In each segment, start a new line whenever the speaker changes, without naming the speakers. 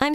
I'm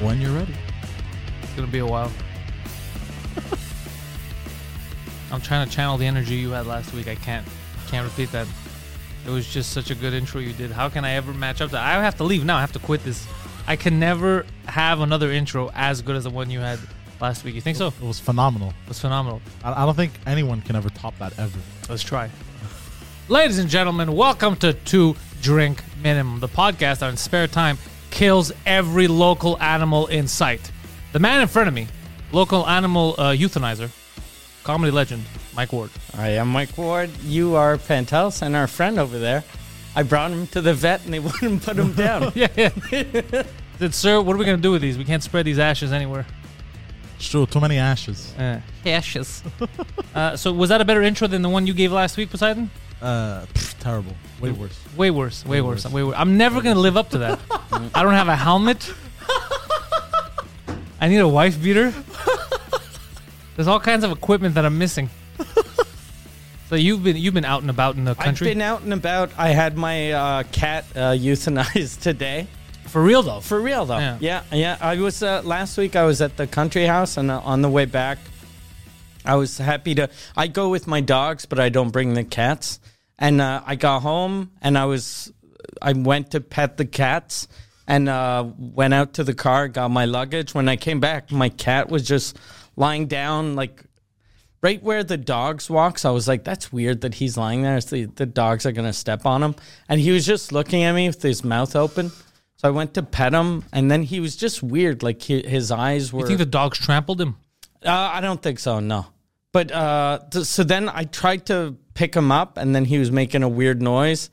When you're ready.
It's gonna be a while. I'm trying to channel the energy you had last week. I can't. Can't repeat that. It was just such a good intro you did. How can I ever match up to? I have to leave now. I have to quit this. I can never have another intro as good as the one you had last week. You think so? It
It was phenomenal.
was phenomenal.
I, I don't think anyone can ever top that ever.
Let's try. Ladies and gentlemen, welcome to Two Drink Minimum, the podcast that in spare time kills every local animal in sight. The man in front of me, local animal uh, euthanizer, comedy legend, Mike Ward.
I am Mike Ward. You are Pantelis and our friend over there. I brought him to the vet and they wouldn't put him down.
Yeah, yeah. Said, sir, what are we going to do with these? We can't spread these ashes anywhere.
It's true. Too many ashes.
Yeah. Ashes. uh, so, was that a better intro than the one you gave last week, Poseidon?
Uh, pff, terrible. Way worse.
Way worse, way, worse, way worse. I'm never gonna live up to that. I don't have a helmet. I need a wife beater. There's all kinds of equipment that I'm missing. So you've been you've been out and about in the
I've
country
been out and about. I had my uh, cat uh, euthanized today.
for real though.
For real though.
Yeah.
Yeah, yeah. I was uh, last week. I was at the country house and uh, on the way back, I was happy to. I go with my dogs, but I don't bring the cats. And uh, I got home and I was, I went to pet the cats and uh, went out to the car, got my luggage. When I came back, my cat was just lying down like right where the dogs walks, I was like, that's weird that he's lying there. It's the, the dogs are going to step on him. And he was just looking at me with his mouth open. So I went to pet him, and then he was just weird. Like he, his eyes were.
you think the dogs trampled him?
uh, I don't think so, no. But uh, th- so then I tried to pick him up, and then he was making a weird noise.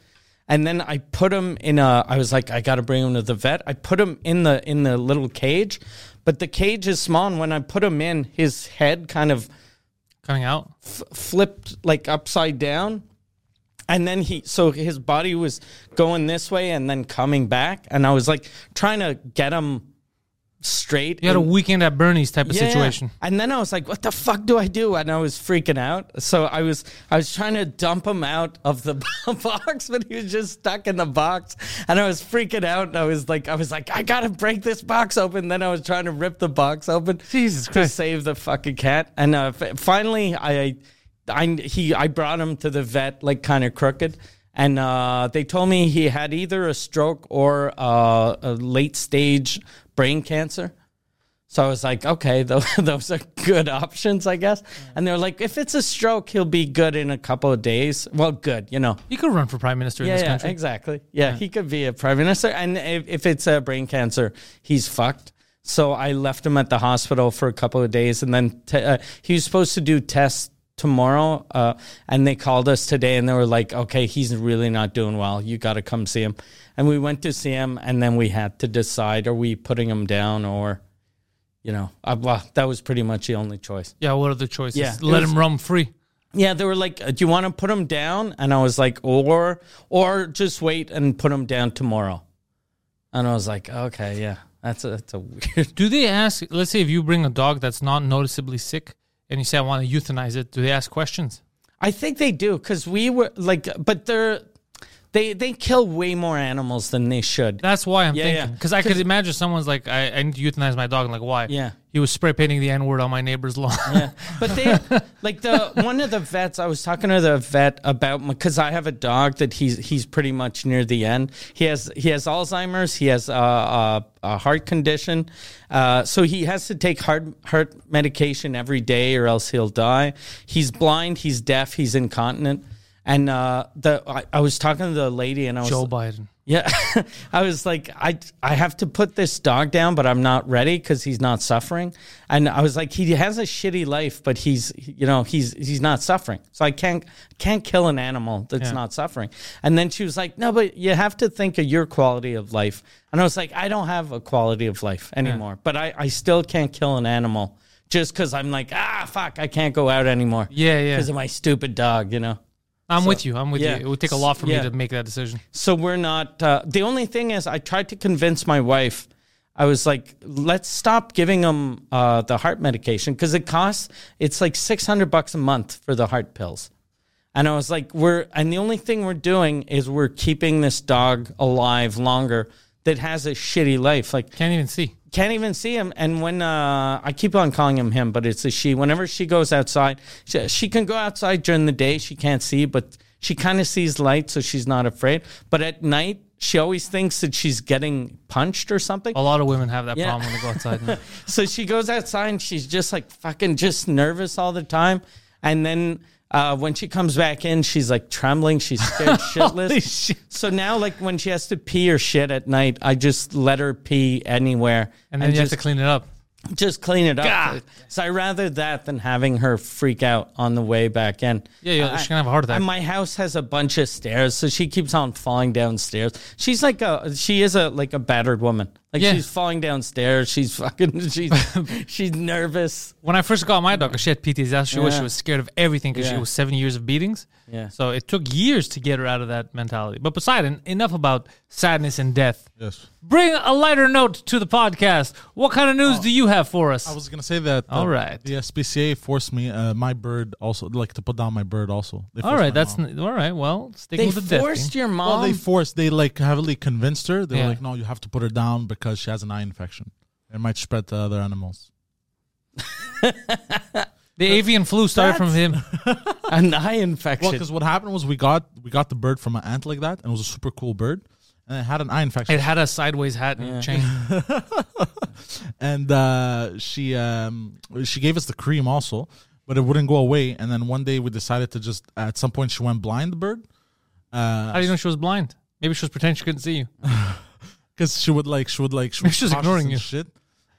And then I put him in a. I was like, I got to bring him to the vet. I put him in the in the little cage, but the cage is small. And when I put him in, his head kind of
Coming out?
flipped like upside down and then he so his body was going this way and then coming back and i was like trying to get him straight
You had a
And-
weekend at Bernie's type of
Yeah, yeah.
situation.
and then i was like what the fuck do i do and i was freaking out so i was i was trying to dump him out of the box but he was just stuck in the box and i was freaking out and i was like i was like i gotta break this box open then i was trying to rip the box open
Jesus
to
Christ.
save the fucking cat. And uh, f- finally, I, I, he, I brought him to the vet, like kind of crooked, and uh, they told me he had either a stroke or uh, a late stage brain cancer. So I was like, okay, those, those are good options, I guess. And they're like, if it's a stroke, he'll be good in a couple of days. Well, good, you know.
You could run for prime minister in
Yeah,
this
yeah,
country.
exactly. Yeah, he could be a prime minister. And if, if it's a brain cancer, he's fucked. So I left him at the hospital for a couple of days, and then t- uh, he was supposed to do tests tomorrow. Uh, and they called us today, and they were like, "Okay, he's really not doing well. You got to come see him." And we went to see him, and then we had to decide: are we putting him down, or you know, uh, well, that was pretty much the only choice.
Yeah, what are the choices?
Yeah, it
Let
was-
him roam free.
Yeah, they were like, uh, "Do you want to put him down?" And I was like, "Or, or just wait and put him down tomorrow." And I was like, "Okay, yeah, that's a, that's a weird."
Do they ask let's say if you bring a dog that's not noticeably sick and you say I want to euthanize it, do they ask questions?
I think they do because we were like, but they're they they kill way more animals than they should.
That's why I'm
Yeah,
thinking.
yeah.
Because I could imagine someone's like, I, I need to euthanize my dog. And like, why?
Yeah.
He was spray painting the N word on my neighbor's lawn.
But they like the one of the vets. I was talking to the vet about because I have a dog that he's he's pretty much near the end. He has he has Alzheimer's. He has a, a, a heart condition, uh, so he has to take heart heart medication every day, or else he'll die. He's blind. He's deaf. He's incontinent. And uh, the I, I was talking to the lady, and I was
Joe Biden.
Yeah, I was like, I I have to put this dog down, but I'm not ready because he's not suffering. And I was like, he has a shitty life, but he's you know he's he's not suffering, so I can't can't kill an animal that's not suffering. And then she was like, no, but you have to think of your quality of life. And I was like, I don't have a quality of life anymore, but I I still can't kill an animal just because I'm like, ah, fuck, I can't go out anymore.
Yeah, yeah.
because of my stupid dog, you know.
I'm with you. I'm with
yeah.
you. It would take a lot for
Yeah.
me to make that decision.
So we're not. Uh, the only thing is, I tried to convince my wife. I was like, let's stop giving him uh, the heart medication because it costs. It's like six hundred bucks a month for the heart pills. And I was like, we're and the only thing we're doing is we're keeping this dog alive longer that has a shitty life. Like
Can't even see.
can't even see him. And when uh, I keep on calling him him, but it's a she. Whenever she goes outside, she, she can go outside during the day. She can't see, but she kind of sees light, so she's not afraid. But at night, she always thinks that she's getting punched or something.
A lot of women have that
Yeah.
problem when they go outside. man.
So she goes outside and she's just like fucking just nervous all the time. And then uh, when she comes back in, she's like trembling. She's scared shitless.
shit.
So now, like when she has to pee or shit at night, I just let her pee anywhere.
and then you
just
have to clean it up.
just clean it up.
God.
So I rather that than having her freak out on the way back in.
Yeah, yeah,
I-
she's gonna have a heart attack.
And my house has a bunch of stairs, so she keeps on falling downstairs. She's like a she is a like a battered woman. Like
Yeah.
she's falling downstairs. She's fucking she's she's nervous.
When I first got my dog, she had PTSD. She was
Yeah.
she was scared of everything because she
Yeah.
was seven years of beatings.
Yeah.
So it took years to get her out of that mentality. But Poseidon, enough about sadness and death.
Yes.
Bring a lighter note to the podcast. What kind of news do you have for us?
Oh. I was gonna say that. uh,
All right.
The SPCA forced me. Uh, my bird also like to put down my bird. Also. They
all
forced
right,
my
that's
mom.
n all right. Well, sticking with
They
the death. eh?
forced
thing.
your mom.
well, they forced. They like heavily convinced her. They
Yeah.
were like, "No, you have to put her down because she has an eye infection. It might spread to other animals."
The avian flu started from him.
an eye infection.
Well, because what happened was we got we got the bird from an aunt like that, and it was a super cool bird, and it had an eye infection.
It had a sideways hat and chain.
and uh, she um, she gave us the cream also, but it wouldn't go away. And then one day we decided to just at some point she went blind, the bird,
How do you know she was blind? Maybe she was pretending she couldn't see you.
because she would like she would like she
Maybe
was
she was
cautious
ignoring
and
you.
Shit.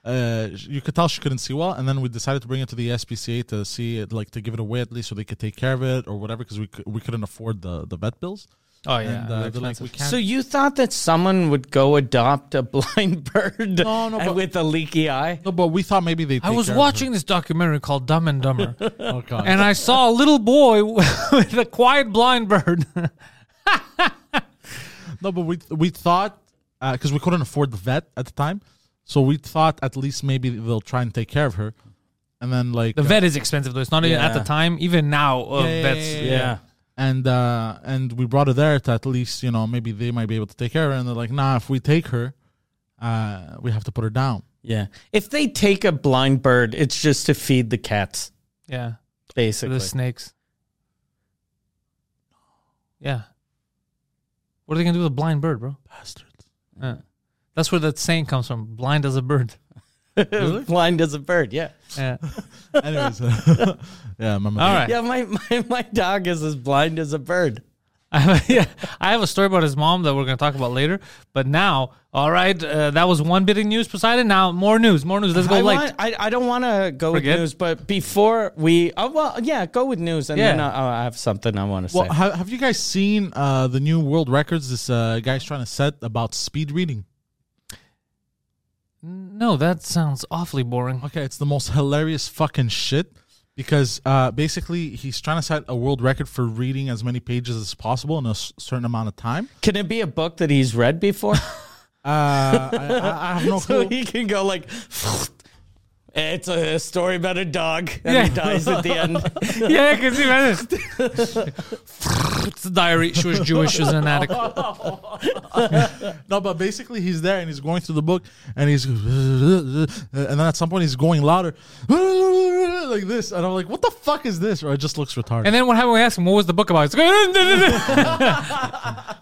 Uh, sh- you could tell she couldn't see well, and then we decided to bring it to the SPCA to see it, like to give it away at least, so they could take care of it or whatever, because we cou- we couldn't afford the the vet bills.
Oh yeah,
and, uh,
they're
they're like, we
expensive.
can't.
so you thought that someone would go adopt a blind bird
No, no,
and
but-
with a leaky eye?
no, but we thought maybe they.
I was watching this documentary called Dumb and Dumber,
Oh god!
and I saw a little boy with a quiet blind bird.
No, but we we thought because we couldn't afford the vet at the time, so we thought at least maybe they'll try and take care of her, and then like
The vet is expensive though. It's not even at the
Yeah.
time, even now. Uh,
Yeah, yeah,
vets.
yeah,
Yeah.
and uh, and we brought her there to at least you know maybe they might be able to take care of her, and they're like, nah, if we take her, uh, we have to put her down.
Yeah. If they take a blind bird, it's just to feed the cats,
Yeah, for
basically.
the snakes. Yeah. What are they gonna do with a blind bird, bro?
Bastards.
Uh, that's where that saying comes from: "Blind as a bird."
blind as a bird, yeah.
Yeah.
Anyways, uh, yeah, my
All right.
Yeah, my, my, my dog is as blind as a bird.
I have, yeah, I have a story about his mom that we're going to talk about later. But now, all right, uh, that was one bit of news, Poseidon. Now, more news, more news. Let's go
I,
late.
want, I, I don't want to go
Forget?
with news, but before we, oh, well, yeah, go with news, and
Yeah.
then uh, I, I have something I want to
Well,
say.
ha- have you guys seen uh, the new world records this uh, guy's trying to set about speed reading?
no, that sounds awfully boring.
Okay, it's the most hilarious fucking shit because uh, basically he's trying to set a world record for reading as many pages as possible in a s- certain amount of time.
Can it be a book that he's read before,
Uh, I, I, I have no
so
clue.
he can go like, it's a story about a dog, and
Yeah.
he dies at the end.
yeah, I can see that. it's a diary. She was Jewish. She was an addict.
No, but basically he's there and he's going through the book and he's and then at some point he's going louder like this and I'm like, what the fuck is this? Or it just looks retarded.
And then what happened? We asked him, what was the book about? He's like,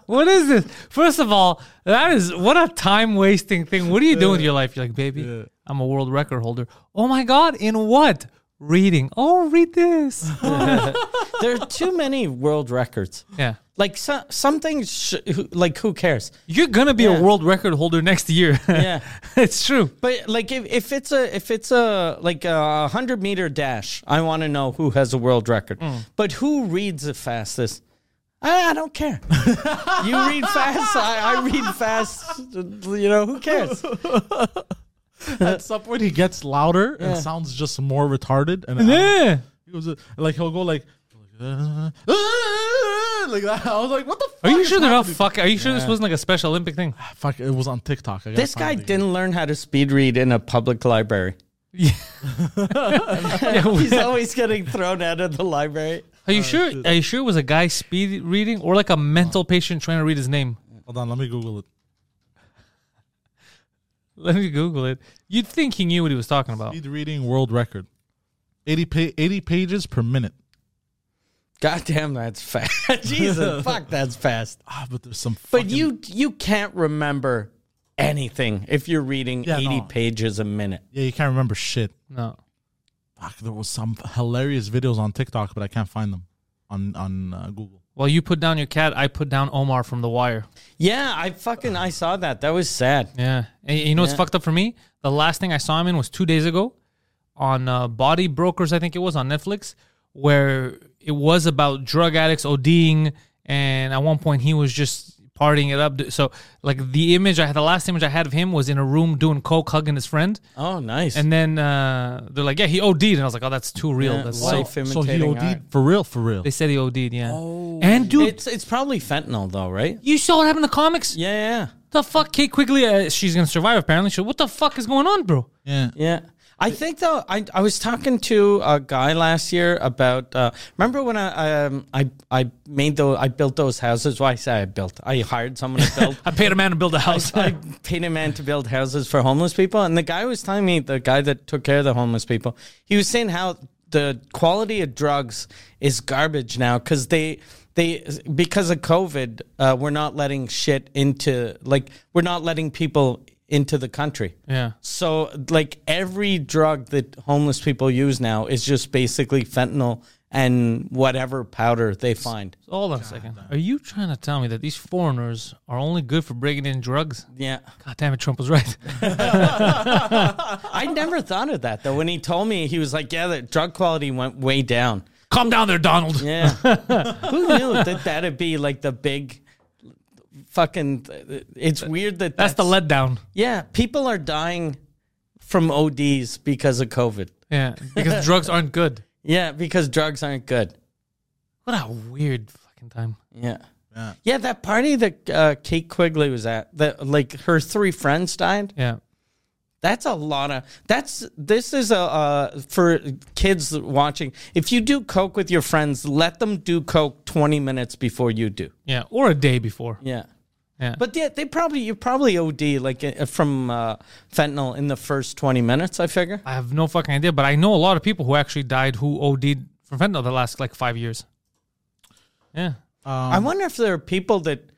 what is this? First of all, that is what a time wasting thing. What are you doing with your life? You're like, baby, I'm a world record holder. Oh my God, in what? reading. Oh, read this.
there are too many world records.
yeah.
Like so, some things, sh- who- like who cares?
You're gonna be
Yeah.
a world record holder next year.
Yeah.
it's true.
But like if, if it's a if it's a like a hundred meter dash, I want to know who has a world record.
Mm.
But who reads the fastest? I, I don't care. you read fast. I, I read fast. You know who cares?
At some point, he gets louder and
Yeah.
sounds just more retarded. And
Yeah.
he was uh, like, he'll go like, like that. I was like, what the?
Are
fuck
you
is
sure they're not
happening?
fucking? Are you sure this wasn't like a special Olympic thing?
Fuck! It was on TikTok. I gotta
This guy
find it.
didn't learn how to speed read in a public library. He's always getting thrown out of the library.
Are you sure? Are you sure it was a guy speed reading or like a mental patient trying to read his name?
Hold on, let me Google it.
Let me Google it. You'd think he knew what he was talking about.
Speed reading world record, 80, pa- 80 pages per minute.
God damn, that's fast. Jesus, fuck, that's fast.
Ah, but there's some.
But
fucking-
you you can't remember anything if you're reading
Yeah,
80
no.
pages a minute.
yeah, you can't remember shit.
No.
Fuck! There was some hilarious videos on TikTok, but I can't find them on on uh, Google.
Well, you put down your cat. I put down Omar from The Wire.
Yeah, I fucking I saw that. That was sad.
Yeah. And you know what's fucked up for me? The last thing I saw him in was two days ago on uh, Body Brokers, I think it was on Netflix, where it was about drug addicts ODing. And at one point, he was just partying it up. So, like, the image I had, the last image I had of him was in a room doing coke, hugging his friend.
Oh, nice.
And then uh, they're like, yeah, he OD'd. And I was like, oh, that's too real.
Yeah,
that's
life
so.
So he
imitating
OD'd
art.
for real, for real.
They said he OD'd, yeah. and, dude,
Oh. It's it's probably fentanyl though, right?
you saw what happened in the comics?
Yeah, yeah.
The fuck, Kate Quigley, uh, she's going to survive, apparently. She, what the fuck is going on, bro?
yeah.
Yeah. I think though I, I was talking to a guy last year about uh, remember when I um, I I made those I built those houses. Why I say I built I hired someone to build
I paid a man to build a house.
I paid a man to build houses for homeless people, and the guy was telling me the guy that took care of the homeless people. He was saying how the quality of drugs is garbage now because they they because of COVID, uh, we're not letting shit into like we're not letting people into the country.
Yeah.
So like every drug that homeless people use now is just basically fentanyl and whatever powder they find.
Hold on a second. Are you trying to tell me that these foreigners are only good for breaking in drugs?
Yeah.
God damn it, Trump was right.
I never thought of that though. When he told me, he was like, "Yeah, the drug quality went way down."
Calm down there, Donald.
Yeah, who knew that that'd be like the big fucking? It's weird that
That's, the letdown.
Yeah, people are dying from ODs because of COVID.
Yeah, because drugs aren't good.
Yeah, because drugs aren't good.
What a weird fucking time.
Yeah.
Yeah.
Yeah, that party that uh, Kate Quigley was at, that like her three friends died.
Yeah.
That's a lot of. That's this is a uh, for kids watching. If you do coke with your friends, let them do coke twenty minutes before you do.
Yeah. Or a day before.
Yeah,
Yeah.
but yeah, they probably you probably OD like uh, from uh, fentanyl in the first twenty minutes. I figure.
I have no fucking idea, but I know a lot of people who actually died who OD'd from fentanyl the last like five years. Yeah.
I wonder if there are people that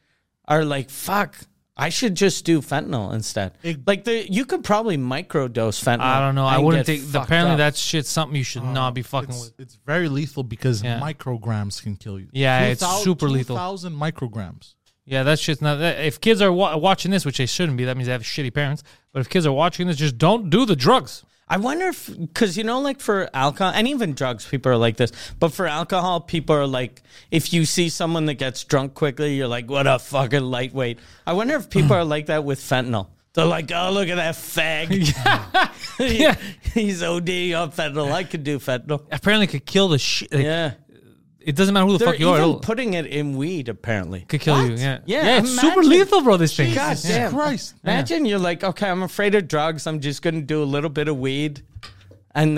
are like, "Fuck, I should just do fentanyl instead." like the you could probably microdose fentanyl.
I don't know. I
and
wouldn't
get
think.
fucked
Apparently,
up. Oh,
that shit's something you should not be fucking
It's,
with.
it's very lethal because
Yeah.
micrograms can kill you.
Yeah, it's
2,000
super lethal.
2,000 micrograms.
Yeah, that shit's not. that- If kids are wa- watching this, which they shouldn't be, that means they have shitty parents. But if kids are watching this, just don't do the drugs.
I wonder if, because you know, like for alcohol and even drugs, people are like this. But for alcohol, people are like, if you see someone that gets drunk quickly, you're like, what a fucking lightweight. I wonder if people are like that with fentanyl. They're like, oh, look at that fag.
Yeah.
He's ODing on fentanyl. I could do fentanyl.
Apparently, it could kill the shit. Like,
Yeah.
It doesn't matter who the
They're
fuck you are.
even
It
putting it in weed, apparently.
could kill you. Yeah.
Yeah,
it's super
imagine-
lethal, bro. This thing.
God
Jesus
damn.
Christ.
Imagine you're like, okay, I'm afraid of drugs. I'm just going to do a little bit of weed. And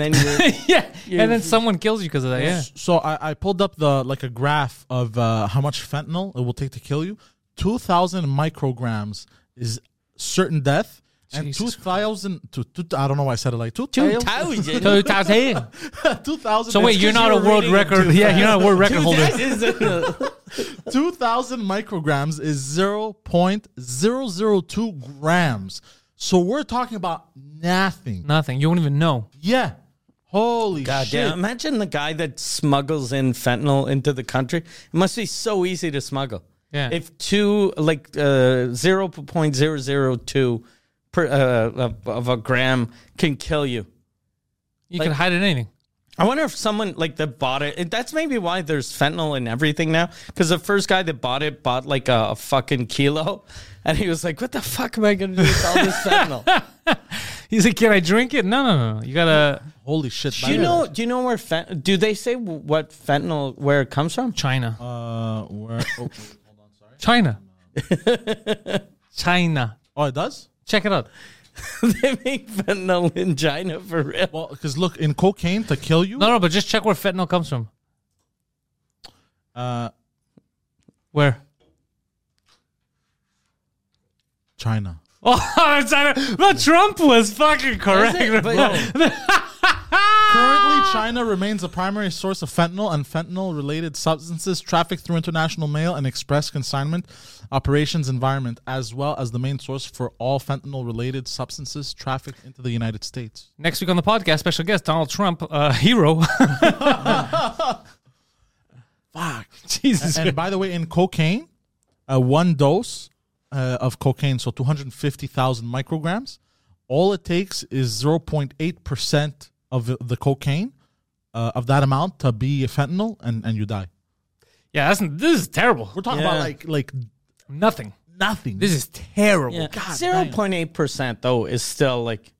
then you're.
yeah. And then someone kills you because of that. Yeah.
So I, I pulled up the like a graph of uh, how much fentanyl it will take to kill you. Two thousand micrograms is certain death, and two
Jesus
thousand to two, I don't know why I said it like two
So it's out here.
Two thousand.
So wait, you're not a
you're
world
reading it
record.
too
Yeah, you're not a world record holder.
two thousand micrograms is zero point zero zero two grams. So we're talking about nothing.
Nothing. You won't even know.
Yeah. Holy
God
shit!
damn. Imagine the guy that smuggles in fentanyl into the country. It must be so easy to smuggle.
Yeah.
If two, like uh, 0.002 per, uh, of, of a gram can kill you.
You
Like-
can hide in anything.
I wonder if someone like that bought it. it- That's maybe why there's fentanyl in everything now. Because the first guy that bought it bought like a, a fucking kilo, and he was like, "What the fuck am I going to do with all this fentanyl?"
He's like, can I drink it? No, no, no. You gotta
Holy shit!
do you
man.
know? Do you know where fent? Do they say w- what fentanyl where it comes from?
China,
Uh, where? Oh,
China, China.
oh, it does.
Check it out.
they make fentanyl in China for real.
Well, because look, in cocaine to kill you.
No, no, but just check where fentanyl comes from.
Uh,
Where?
China.
Oh, China. But Trump was fucking correct.
But-
Currently, China remains the primary source of fentanyl and fentanyl related substances trafficked through international mail and express consignment operations environment, as well as the main source for all fentanyl related substances trafficked into the United States.
Next week on the podcast, special guest Donald Trump, uh, hero.
Fuck.
Jesus.
And by the way, in cocaine, uh, one dose uh, of cocaine, so 250,000 micrograms, all it takes is 0.8% of the, the cocaine uh, of that amount to be fentanyl and, and you die.
yeah, that's, this is terrible.
We're talking about like like
Nothing.
nothing.
This is terrible.
Zero point eight percent though is still like,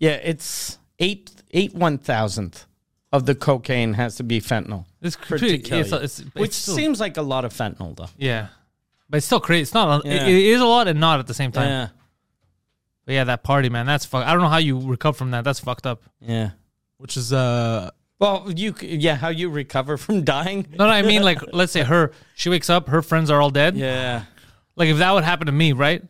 yeah, it's eight eight one thousandth of the cocaine has to be fentanyl,
It's
for it to
pretty.
kill
It's,
you.
it's, it's
which
still-
seems like a lot of fentanyl though.
Yeah, but it's still crazy. It's not.
Yeah.
It, it is a lot and not at the same time.
Yeah,
But yeah, that party, man. That's fuck. I don't know how you recover from that. That's fucked up.
yeah.
which is uh
Well, you c- yeah, how you recover from dying?
No, no, I mean like, let's say her. She wakes up. Her friends are all dead.
Yeah,
Like if that would happen to me, right?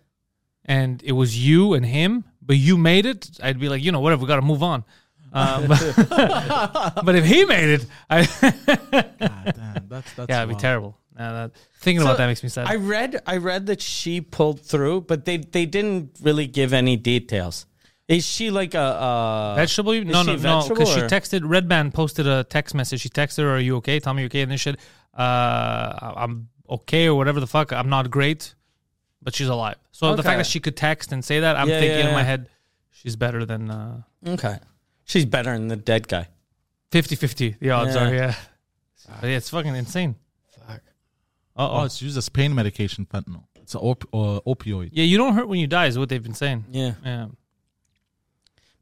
And it was you and him, but you made it. I'd be like, you know, whatever. We got to move on. Uh, but, but if he made it, I
God damn, that's that's
yeah, it'd be
wild.
terrible. Nah, that, thinking about that makes me sad.
I read I read that she pulled through, but they they didn't really give any details. Is she like a, a
Vegetable? You-
Uh, is
No,
she
no, no.
vegetable
Because she
or-
texted. Red Band posted a text message. She texted her, "Are you okay? Tell me you're okay." And then she said, uh, "I'm okay" or whatever the fuck. I'm not great, but she's alive. So the fact
Okay.
that she could text and say that, I'm
Yeah,
thinking
yeah,
in my
yeah.
head, she's better than uh,
Okay, she's better than the dead guy.
50-50. The odds
Yeah.
are, yeah. But yeah, it's fucking insane. Fuck.
Oh,
Uh oh.
it's used as pain medication fentanyl. It's an op- uh, opioid.
Yeah, you don't hurt when you die is what they've been saying.
Yeah.
Yeah.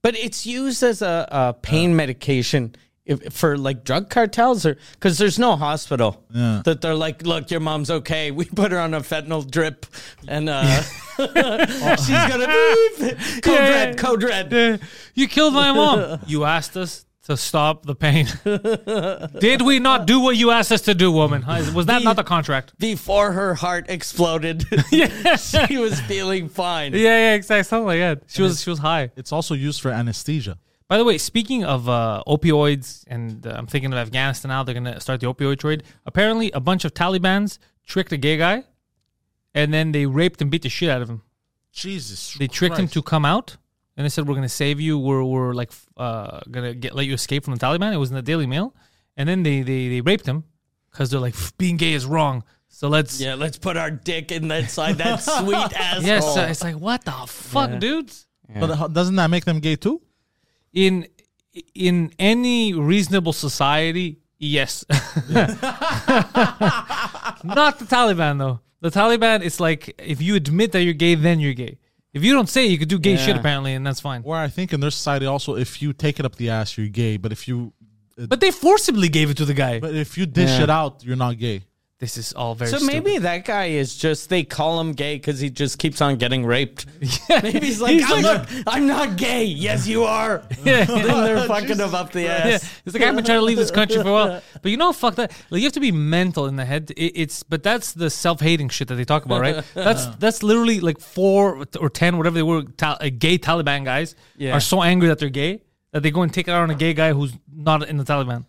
But it's used as a, a pain medication if, for like drug cartels or because there's no hospital
Yeah.
that they're like, look, your mom's okay. We put her on a fentanyl drip and uh, she's gonna be code
Yeah.
red, code red.
Uh, you killed my mom. You asked us to stop the pain. Did we not do what you asked us to do, woman? Huh? Was that not the contract?
Before her heart exploded,
Yes. yeah,
she was feeling fine.
yeah, exactly. Something like that. She was, she was high.
It's also used for anesthesia.
By the way, speaking of uh, opioids, and uh, I'm thinking of Afghanistan now. They're gonna start the opioid trade. Apparently, a bunch of Taliban's tricked a gay guy, and then they raped and beat the shit out of him.
Jesus.
They tricked him to come out, and they said, "We're gonna save you. We're we're like f- uh, gonna get let you escape from the Taliban." It was in the Daily Mail, and then they they, they raped him because they're like "Pff, being gay is wrong. So let's
Yeah, let's put our dick in that side that sweet asshole.
yes, so it's like what the fuck, dudes.
But how, doesn't that make them gay too?
In in any reasonable society, yes. Not the Taliban though. The Taliban, it's like if you admit that you're gay, then you're gay. If you don't say, it, you could do gay shit apparently, and that's fine.
Where I think in their society also, if you take it up the ass, you're gay. But if you
But they forcibly gave it to the guy.
but if you dish
Yeah.
it out, you're not gay.
this is all very.
So
stupid.
maybe that guy is just they call him gay because he just keeps on getting raped. Maybe he's like,
He's
"Oh,
like-
look, I'm not gay. Yes, you are.
yeah.
then they're fucking him up the
Yeah.
ass.
It's like I've been trying to leave this country for a while, but you know, fuck that. Like you have to be mental in the head. It, it's but that's the self-hating shit that they talk about, right? That's that's literally like four or ten, whatever they were, ta- uh, gay Taliban guys
Yeah.
are so angry that they're gay that they go and take it out on a gay guy who's not in the Taliban.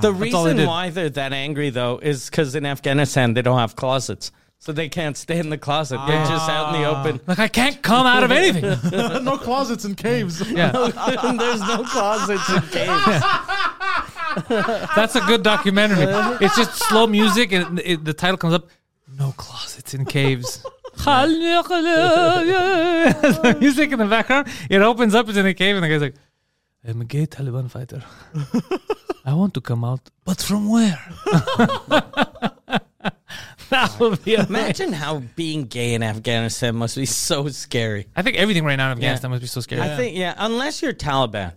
The
all they
reason
did.
why they're that angry though is because in Afghanistan they don't have closets, so they can't stay in the closet. They're just out in the open.
Like I can't come out of anything.
no closets in caves.
Yeah,
There's no closets in caves.
that's a good documentary. It's just slow music, and it, the title comes up. No closets in caves. the music in the background. It opens up. It's in a cave, and the guy's like, "I'm a gay Taliban fighter. I want to come out, but from where?" that would be amazing.
Imagine how being gay in Afghanistan must be so scary.
I think everything right now in Afghanistan must be so scary.
I think, yeah, unless you're Taliban.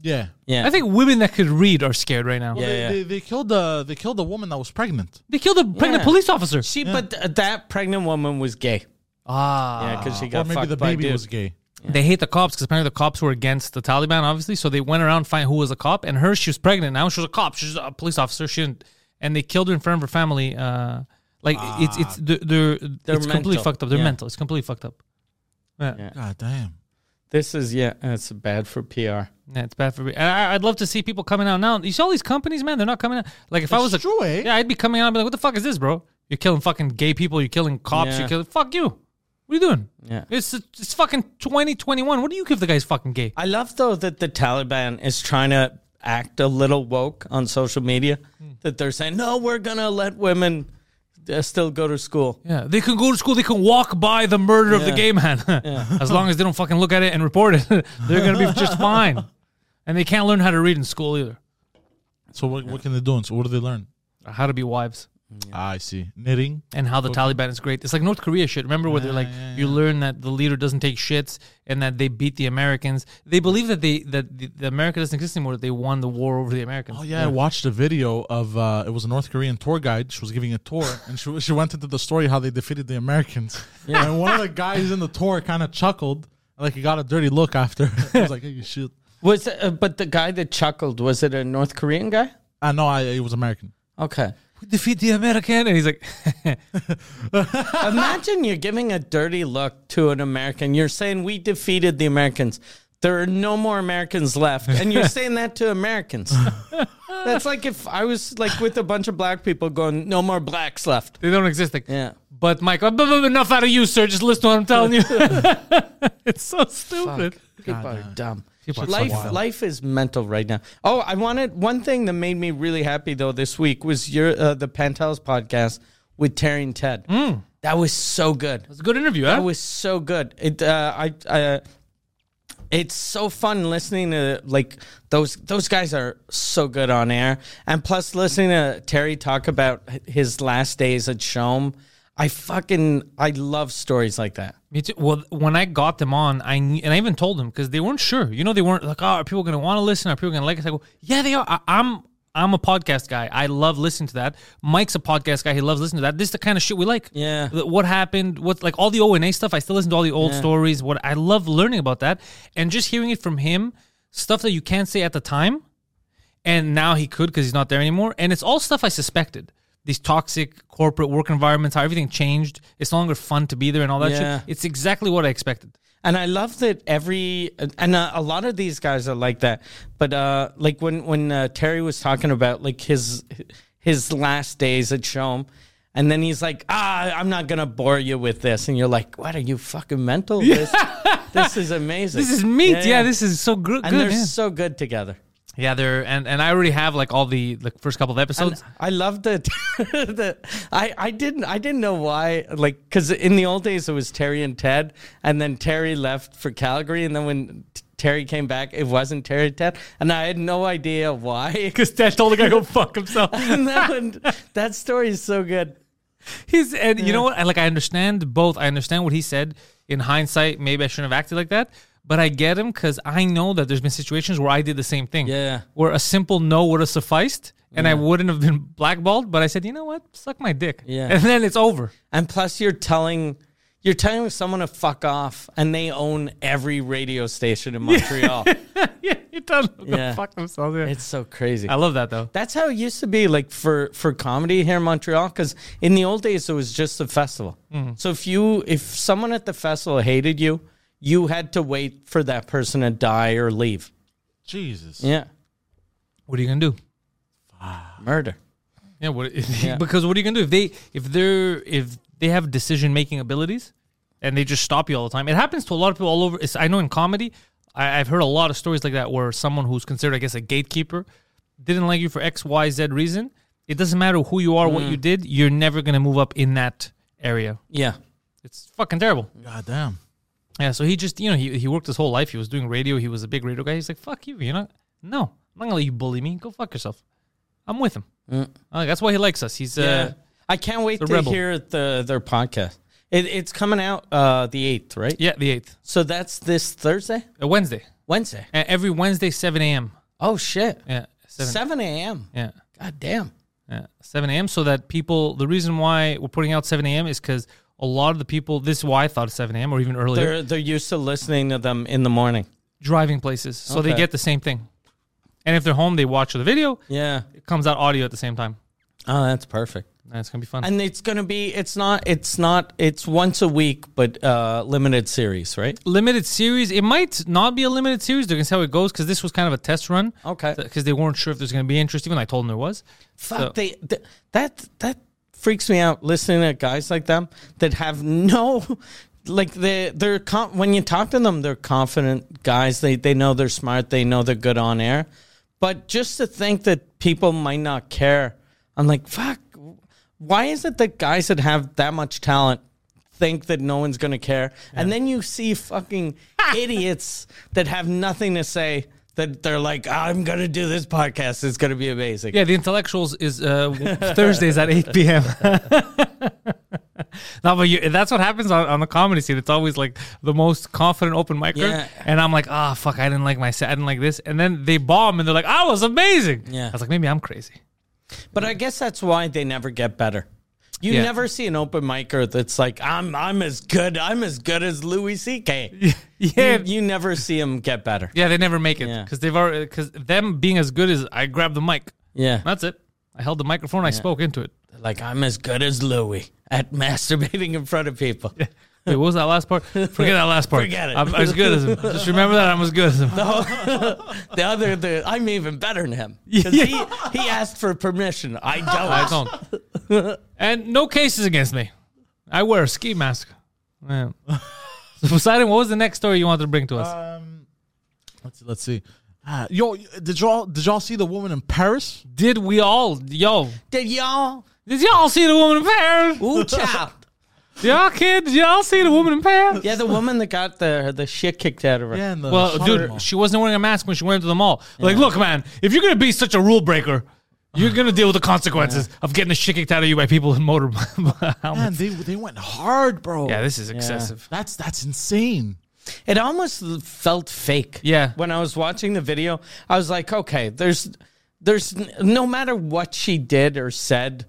yeah.
Yeah.
I think women that could read are scared right now.
Yeah,
They,
yeah.
They, they killed the they killed the woman that was pregnant.
They killed a pregnant
Yeah.
police officer.
she, but th- that pregnant woman was gay.
Ah,
Yeah, because she
Or
got
maybe
fucked
the
by
baby
dude.
was gay.
they hate the cops because apparently the cops were against the Taliban, obviously. So they went around find who was a cop, and her she was pregnant. Now she was a cop. She's a police officer. She didn't, and they killed her in front of her family. Uh, like it's it's they're, they're, it's completely
mental.
fucked up. They're
Yeah.
mental. It's completely fucked up. Yeah, yeah.
Yeah.
God damn.
This is yeah, it's bad for PR.
it's bad for. And I, I'd love to see people coming out now. You see all these companies, man. They're not coming out. Like if I was a
It's true, eh?
yeah, I'd be coming out. and be like, what the fuck is this, bro? You're killing fucking gay people. You're killing cops.
Yeah.
You're killing fuck you. What are you doing?
Yeah.
It's it's fucking 2021. What do you give the guy's fucking gay?
I love though that the Taliban is trying to act a little woke on social media. That they're saying, no, we're gonna let women uh, still go to school.
Yeah, they can go to school. They can walk by the murder of the gay man, as long as they don't fucking look at it and report it. They're gonna be just fine, and they can't learn how to read in school either.
So what, what can they do? So what do they learn?
Or How to be wives
Ah, I see. Knitting.
and how the Taliban is great. It's like North Korea shit. Remember where they're like, you learn that the leader doesn't take shits and that they beat the Americans. They believe that they that the, the America doesn't exist anymore. That they won the war over the Americans.
Oh yeah, I watched a video of uh, it was a North Korean tour guide. She was giving a tour, and she she went into the story how they defeated the Americans. And one of the guys in the tour kind of chuckled, like he got a dirty look after. he was like, "Hey, you shoot."
Was uh, but the guy that chuckled was it a North Korean guy?
I know Ah, I it was American.
Okay.
We defeat the American, and he's like,
Imagine you're giving a dirty look to an American. You're saying we defeated the Americans. There are no more Americans left, and you're saying that to Americans. That's like if I was like with a bunch of black people going, "No more blacks left."
they don't exist. Like,
Yeah.
But Mike, uh, bu- bu- bu- enough out of you, sir. Just listen to what I'm telling you. it's so stupid.
People are dumb.
People are
life,
wild.
life is mental right now. Oh, I wanted one thing that made me really happy though this week was your uh, the Penthouse podcast with Terry and Ted. That was so good.
It's a good interview, huh?
That was so good. It uh, I uh, it's so fun listening to like those those guys are so good on air, and plus listening to Terry talk about h- his last days at Shome. I fucking I love stories like that.
Me too. Well, when I got them on, I kn- and I even told them because they weren't sure. You know, they weren't like, "Oh, are people going to want to listen? Are people going to like it?" I go, "Yeah, they are." I, I'm I'm a podcast guy. I love listening to that. Mike's a podcast guy. He loves listening to that. This is the kind of shit we like.
Yeah.
Th- What happened? What's like all the O and A stuff? I still listen to all the old stories. What I love learning about that and just hearing it from him, stuff that you can't say at the time. and now he could because he's not there anymore. And it's all stuff I suspected. These toxic corporate work environments, how everything changed. It's no longer fun to be there and all that
Yeah.
shit. It's exactly what I expected.
And I love that every and uh, a lot of these guys are like that. But uh, like when when uh, Terry was talking about like his his last days at Shome, and then he's like, "Ah, I'm not gonna bore you with this," and you're like, "What are you fucking mental? This, this is amazing.
This is meat. Yeah, this is so gr-
and
good.
they're
Yeah.
so good together."
yeah, they're and and I already have like all the the first couple of episodes.
I love that. the, I I didn't I didn't know why like because in the old days it was Terry and Ted, and then Terry left for Calgary, and then when t- Terry came back, it wasn't Terry and Ted, and I had no idea why.
Because Dad told the guy go fuck himself.
and that one, that story is so good.
He's and you know what? I like I understand both. I understand what he said. In hindsight, maybe I shouldn't have acted like that. But I get him because I know that there's been situations where I did the same thing.
Yeah.
Where a simple no would have sufficed and I wouldn't have been blackballed. But I said, you know what? Suck my dick.
Yeah.
And then it's over.
And plus, you're telling you're telling someone to fuck off, and they own every radio station in Montreal.
yeah. You're done.
Yeah.
Fuck themselves. Yeah.
it's so crazy.
I love that though.
That's how it used to be, like for for comedy here in Montreal. Because in the old days, it was just a festival.
Mm-hmm.
So if you if someone at the festival hated you, you had to wait for that person to die or leave.
Jesus.
Yeah,
What are you gonna do?
murder.
Yeah, what, because what are you gonna do if they if they're if they have decision making abilities, and they just stop you all the time. It happens to a lot of people all over. It's, I know in comedy, I, I've heard a lot of stories like that where someone who's considered, I guess, a gatekeeper didn't like you for X, Y, Z reason. It doesn't matter who you are, what you did. You're never gonna move up in that area.
Yeah.
It's fucking terrible.
God damn.
Yeah, so he just, you know, he, he worked his whole life. He was doing radio. He was a big radio guy. He's like, fuck you. You know, no, I'm not going to let you bully me. Go fuck yourself. I'm with him. Uh, that's why he likes us. He's,
yeah.
uh,
I can't wait
the
to
Rebel.
hear the their podcast. It, it's coming out uh, the eighth, right?
yeah, the 8th,
So that's this Thursday,
uh, Wednesday.
Wednesday.
Uh, every Wednesday, 7 a.m.
Oh shit,
Yeah. 7,
seven a.m.
Yeah.
God damn.
Yeah, 7 a.m. So that people, the reason why we're putting out 7 a.m. is because a lot of the people, this is why I thought 7 a.m. or even earlier,
They're they're used to listening to them in the morning.
driving places. So they
Okay.
get the same thing. And if they're home, they watch the video.
Yeah.
It comes out audio at the same time.
Oh, that's perfect.
And it's going to be fun.
And it's gonna be. It's not. It's not. It's once a week, but uh, limited series, right?
limited series. It might not be a limited series. They're gonna see how it goes because this was kind of a test run.
Okay.
Because they weren't sure if there's gonna be interest. Even I told them there was.
Fuck.
So-
they, th- that that freaks me out listening to guys like them that have no. Like they, they're con- when you talk to them, they're confident guys. They they know they're smart. They know they're good on air. But just to think that people might not care, I'm like, fuck. Why is it that guys that have that much talent think that no one's going to care. And then you see fucking idiots that have nothing to say that they're like, I'm going to do this podcast. It's going to be amazing.
Yeah, the intellectuals is uh, Thursdays at eight p.m. no, but you, that's what happens on, on the comedy scene. It's always like the most confident open micer,
Yeah.
and I'm like, ah, fuck, I didn't like my set, I didn't like this, and then they bomb, and they're like, I was amazing.
Yeah.
I was like, maybe I'm crazy.
But I guess that's why they never get better. You
Yeah.
never see an open micer that's like, I'm I'm as good, I'm as good as Louis C.K.
Yeah,
You, you never see him get better.
yeah, they never make it
Yeah.
because they've already because them being as good as I grabbed the mic.
Yeah.
That's it. I held the microphone. I spoke into it.
Like I'm as good as Louis at masturbating in front of people.
Wait, what was that last part? Forget that last part.
Forget it.
I'm as good as him. Just remember that I'm as good as him.
The other, the, I'm even better than him. 'Cause He, he asked for permission. I don't.
I don't. And no cases against me. I wear a ski mask. Yeah. So Poseidon, what was the next story you wanted to bring to us?
Let's let's see. Ah, yo, did y'all did y'all see the woman in Paris?
did we all, yo,
Did y'all?
did y'all see the woman in Paris?
Ooh, child.
Did y'all kid, did y'all see the woman in Paris?
yeah, the woman that got the the shit kicked out of her.
Yeah, in the
Well,
shopping
dude,
mall.
she wasn't wearing a mask when she went into the mall. Like, look, man, if you're gonna be such a rule breaker, you're gonna deal with the consequences of getting the shit kicked out of you by people in motor
man,
helmets.
they they went hard, bro.
Yeah, this is excessive.
that's that's insane.
It almost felt fake.
Yeah.
When I was watching the video, I was like, okay, there's there's n- no matter what she did or said,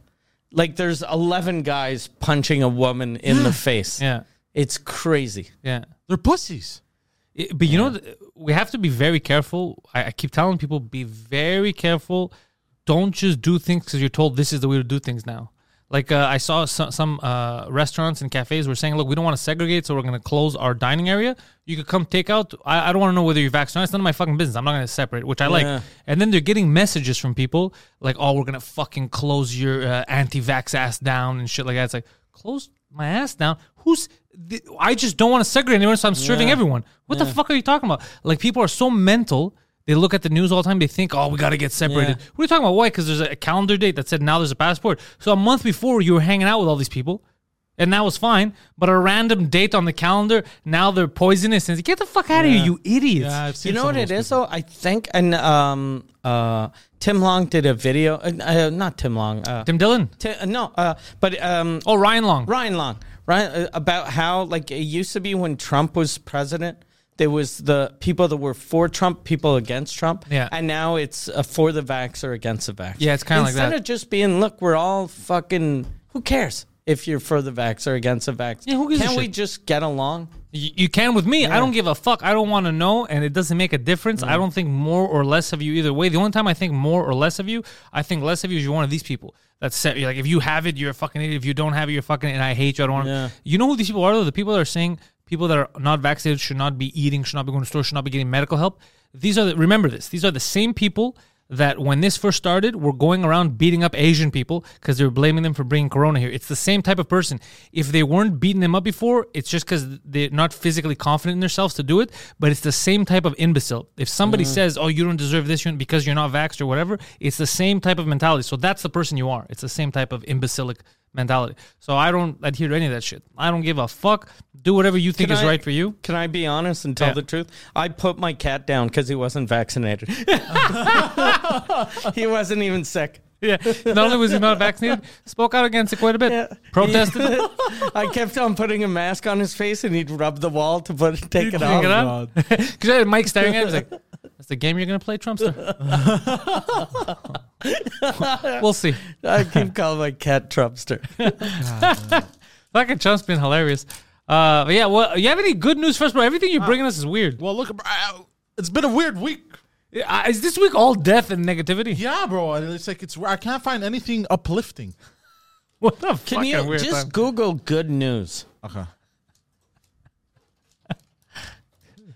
like there's 11 guys punching a woman in the face.
Yeah,
It's crazy.
yeah.
They're pussies.
It- but you know, th- we have to be very careful. I, I keep telling people, be very careful. Don't just do things because you're told this is the way to do things now. Like uh, I saw some, some uh, restaurants and cafes were saying, look, we don't want to segregate, so we're going to close our dining area. You could come take out. I, I don't want to know whether you're vaccinated. It's none of my fucking business. I'm not going to separate, which I
Yeah.
like. And then they're getting messages from people like, oh, we're going to fucking close your uh, anti-vax ass down and shit like that. It's like, close my ass down? Who's... The, I just don't want to segregate anyone, so I'm serving everyone. What the fuck are you talking about? Like people are so mental. They look at the news all the time. They think, "Oh, we got to get separated."
Yeah.
What are you talking about? Why? Because there's a calendar date that said now there's a passport. So a month before you were hanging out with all these people, and that was fine. But a random date on the calendar now they're poisonous. And it's like, get the fuck out of here, you idiots!
I've seen
You know
some
what
of
it
those
is though? I think and um uh Tim Long did a video uh, uh, not Tim Long uh,
Tim Dillon.
Ti- uh, no uh but um
Oh, Ryan Long.
Ryan Long, Ryan, uh, about how like it used to be when Trump was president, there was the people that were for Trump, people against Trump,
Yeah.
and now it's uh, for the vax or against the vax.
Yeah, it's kinda like
instead
that.
of just being, look, we're all fucking. Who cares if you're for the vax or against the vax?
Yeah, who gives a
Can't we
shit?
just get along?
You, you can with me. I don't give a fuck. I don't want to know, and it doesn't make a difference. I don't think more or less of you either way. The only time I think more or less of you, I think less of you is you're one of these people. That's set. You're like, if you have it, you're a fucking idiot. If you don't have it, you're fucking. And I hate you. I don't want.
Yeah.
to You know who these people are? Though the people that are saying people that are not vaccinated should not be eating, should not be going to the store, should not be getting medical help. These are the, remember this. These are the same people that when this first started, were going around beating up Asian people because they were blaming them for bringing corona here. It's the same type of person. If they weren't beating them up before, it's just because they're not physically confident in themselves to do it. But it's the same type of imbecile. If somebody
Mm.
says, "Oh, you don't deserve this you don't- because you're not vaxxed or whatever," it's the same type of mentality. So that's the person you are. It's the same type of imbecilic mentality. So I don't adhere to any of that shit. I don't give a fuck. Do whatever you think
Can
is
I-
right for you.
Can I be honest and tell
Yeah.
the truth? I put my cat down because he wasn't vaccinated. he wasn't even sick.
Yeah. Not only was he not vaccinated, spoke out against it quite a bit. Protested.
I kept on putting a mask on his face, and he'd rub the wall to put take it
Bring
off.
it up. Because I had Mike staring at me. He's like, that's the game you're going to play, Trumpster. we'll see.
I keep calling my cat Trumpster.
Fucking Trump's been hilarious. Uh, but yeah, well, you have any good news first, bro? Everything
Uh,
you're bringing us is weird.
Well, look, bro, I- it's been a weird week.
Uh, Is this week all death and negativity?
Yeah, bro. and It's like it's. I can't find anything uplifting.
What the
Can you just Google good news?
Okay.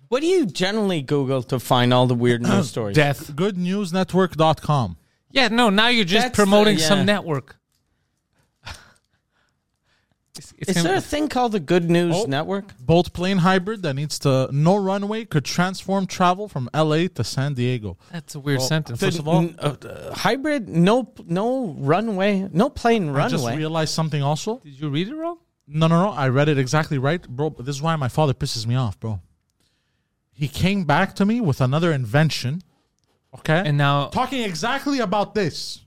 What do you generally Google to find all the weird news stories?
death?
Goodnewsnetwork.com.
Yeah, no. Now you're just
That's the-
promoting some
yeah.
network. It's- it's
Is
gonna-
there a thing called the Good News
Oh.
Network?
Bolt plane hybrid that needs to no runway could transform travel from LA to San Diego.
that's a weird
Well,
sentence.
the-
First of all,
N- uh, uh, hybrid? No, no runway, no plane
I just
runway.
realized something also.
did you read it wrong?
No, no, no. I read it exactly right, bro. but This is why my father pisses me off, bro. He came back to me with another invention. Okay.
And now,
talking exactly about this.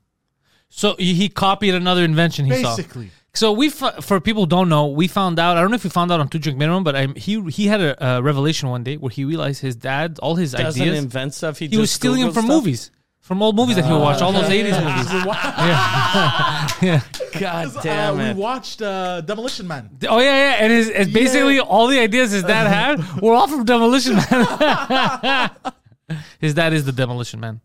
so he he copied another invention he saw.
Basically.
So we, f- for people who don't know, we found out. I don't know if we found out on Two Drink Minimum, but I, he he had a, uh revelation one day where he realized his dad, all his
Doesn't
ideas,
invent stuff. He,
he was
just
stealing them
Googles
from
stuff?
movies, from old movies that he would watch, all those '80s movies.
God
Uh,
damn
we
it!
watched uh, Demolition Man.
Oh yeah, yeah, and his, and basically all the ideas his dad had were all from Demolition Man. his dad is the Demolition Man.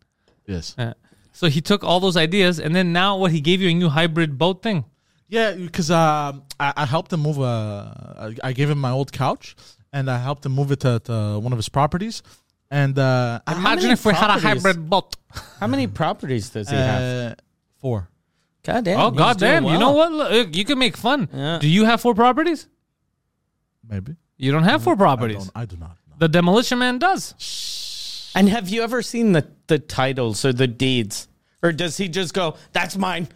Yes.
Yeah. So he took all those ideas, and then now what? He gave you a new hybrid boat thing.
Yeah, because um, I, I helped him move. Uh, I, I gave him my old couch, and I helped him move it to, to one of his properties. And uh, I-
How
Imagine
many
if we had a
properties-
hybrid boat.
How many properties does he have?
uh, four.
God damn!
Oh
he's
god
doing
damn! You
well.
know what? Look, you can make fun. Do you have four properties?
Maybe.
You don't have four
Mm, I,
properties.
don't, I do not. know.
The demolition man does.
And have you ever seen the the titles or the deeds? Or does he just go, "That's mine"?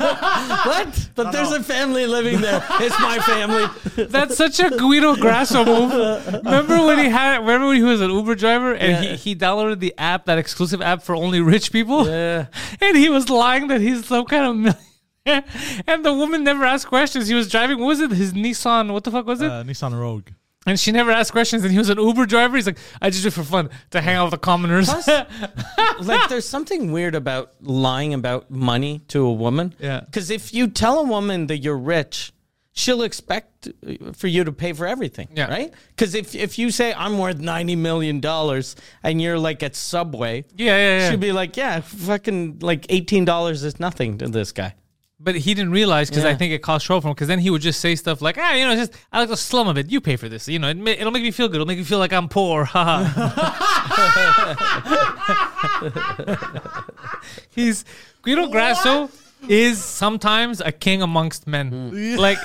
what? But there's a family living there. It's my family.
That's such a Guido Grasso move. Remember when he had? Remember when he was an Uber driver and
Yeah.
he, he downloaded the app, that exclusive app for only rich people, and he was lying that he's some kind of millionaire. And the woman never asked questions. He was driving. What was it? His Nissan. What the fuck was it?
Uh, Nissan Rogue.
and she never asked questions. And he was an Uber driver. He's like, I just do it for fun to hang out with the commoners.
Plus, like, there's something weird about lying about money to a woman.
Yeah.
Because if you tell a woman that you're rich, she'll expect uh, for you to pay for everything.
Yeah.
Right? Because if if you say I'm worth ninety million dollars and you're like at Subway,
yeah, yeah, yeah.
she'll be like, yeah, fucking like eighteen dollars is nothing to this guy.
But he didn't realize because I
Yeah.
think it caused trouble for him. Because then he would just say stuff like, "Ah, you know, just I like the slum of it. You pay for this. You know, it, ma- it'll make me feel good. It'll make me feel like I'm poor." Ha ha. He's Guido Grasso is sometimes a king amongst men.
Hmm.
Like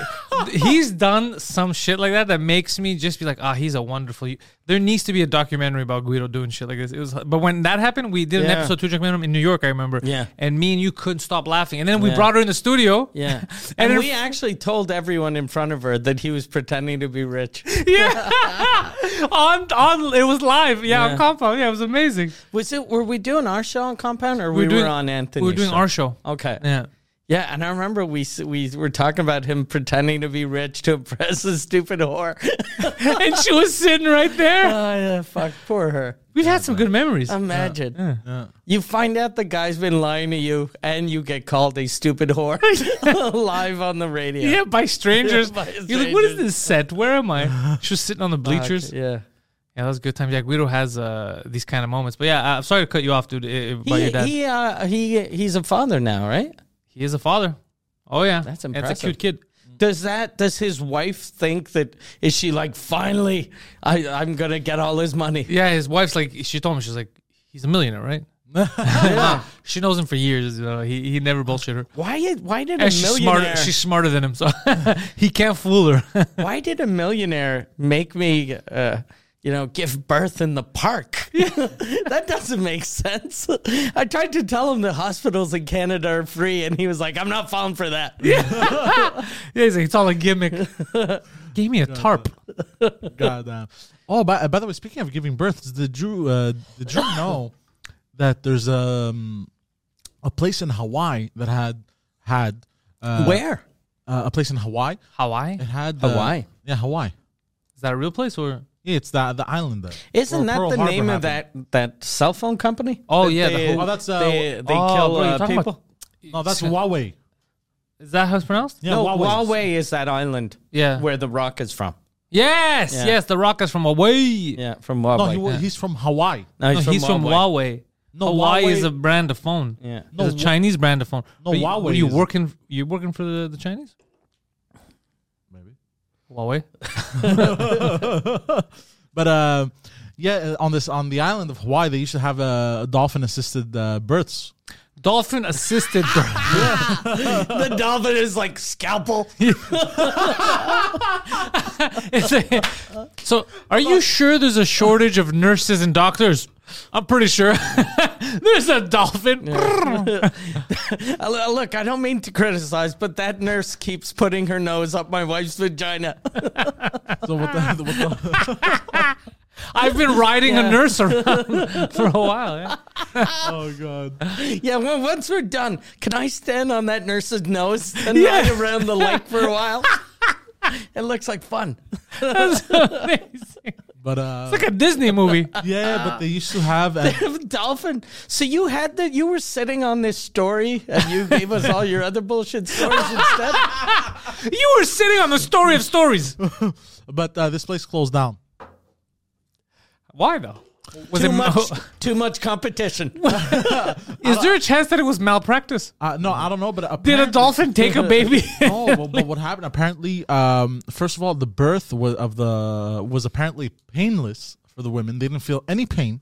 he's done some shit like that that makes me just be like, "Ah, he's a wonderful." y-" There needs to be a documentary about Guido doing shit like this. It was, but when that happened, we did an
Yeah.
episode two Drink Minimum in New York. I remember.
Yeah.
and me and you couldn't stop laughing, and then we
Yeah.
brought her in the studio.
Yeah.
And
and
in-
we actually told everyone in front of her that he was pretending to be rich.
on on it was live. Yeah, on
Yeah.
compound. Yeah, it was amazing.
Was it were we doing our show on Compound or we, were on Anthony?
We were doing our show.
Okay.
Yeah.
Yeah, and I remember we s- we were talking about him pretending to be rich to impress a stupid whore.
and she was sitting right there.
oh, yeah, fuck, poor her.
We've had some good memories.
Imagine. You find out the guy's been lying to you and you get called a stupid whore live on the radio.
yeah, by strangers.
By
You're like, what is
strangers.
this set? Where am I? She was sitting on the
Fuck,
bleachers. yeah.
Yeah.
that was a good time. Jack Guido has uh, these kind of moments. But yeah, I'm sorry to cut you off, dude. eh, eh, by
He,
your dad. He,
he, uh, he, he's a father now, right?
is a father. Oh yeah,
That's
And It's a
impressive.
cute kid.
Does that does his wife think that is she like finally I I'm gonna get all his money?
Yeah, his wife's like, she told me she's like, he's a millionaire, right? She knows him for years. You know, he he never bullshit her.
Why? Did, why did a
And she's smarter.
millionaire?
She's smarter than him, so he can't fool her.
why did a millionaire make me, uh, you know, give birth in the park? that doesn't make sense. I tried to tell him the hospitals in Canada are free, and he was like, "I'm not falling for that."
Yeah, he's like, it's all a gimmick. Gave me a tarp.
Goddamn. Oh, by, by the way, speaking of giving birth, did you uh, did you know that there's um, a place in Hawaii that had had uh,
Where?
uh, a place in Hawaii?
Hawaii?
It had uh,
Hawaii?
Yeah, Hawaii.
Is that a real place or?
Yeah, it's the the island there.
Isn't
Where
that
Pearl
the
Harbor
name of
happened.
that that cell phone company?
Oh
That
yeah, the
they,
Hawaii-
Oh, that's, uh,
they, they
oh,
kill
bro, you're
uh,
talking about-
people.
No, that's Huawei.
Oh, Is that how it's pronounced?
Yeah,
no,
Huawei.
Huawei is that island.
Yeah.
where the Rock is from.
Yes,
Yeah.
yes. The Rock is from Hawaii.
Yeah, from Huawei.
No, he, wa- he's from Hawaii.
No,
No, he's from Huawei.
No,
Hawaii is
Huawei-
a brand of phone.
Yeah.
No,
it's a
Wa-
Chinese brand of phone.
No,
Are you,
Huawei
Are you
is-
working? You working for the, the Chinese? Maybe Huawei.
But uh, yeah, on this on the island of Hawaii, they used to have uh, dolphin assisted uh, births.
Dolphin assisted birth.
the dolphin is like scalpel.
It's a- so, are you sure there's a shortage of nurses and doctors? I'm pretty sure. there's a dolphin.
Uh, lo- Look, I don't mean to criticize, but that nurse keeps putting her nose up my wife's vagina.
So what the, what the
I've been riding a nurse around for a while. Yeah.
oh god.
yeah, well, once we're done, can I stand on that nurse's nose and ride around the lake for a while? it looks like fun.
That's amazing.
But uh,
Like a Disney movie.
yeah, but they used to have. uh,
Dolphin. So you had that? You were sitting on this story, and you gave us all your other bullshit stories instead.
You were sitting on the story of stories.
but uh, this place closed down.
Why though? Was
Too
it
much,
mal-
too much competition.
Is there a chance that it was malpractice?
Uh, no, I don't know, but
Did a
apparently-
dolphin take a baby?
No, Oh, but, but what happened? Apparently, um, first of all, the birth was, of the was apparently painless for the women. They didn't feel any pain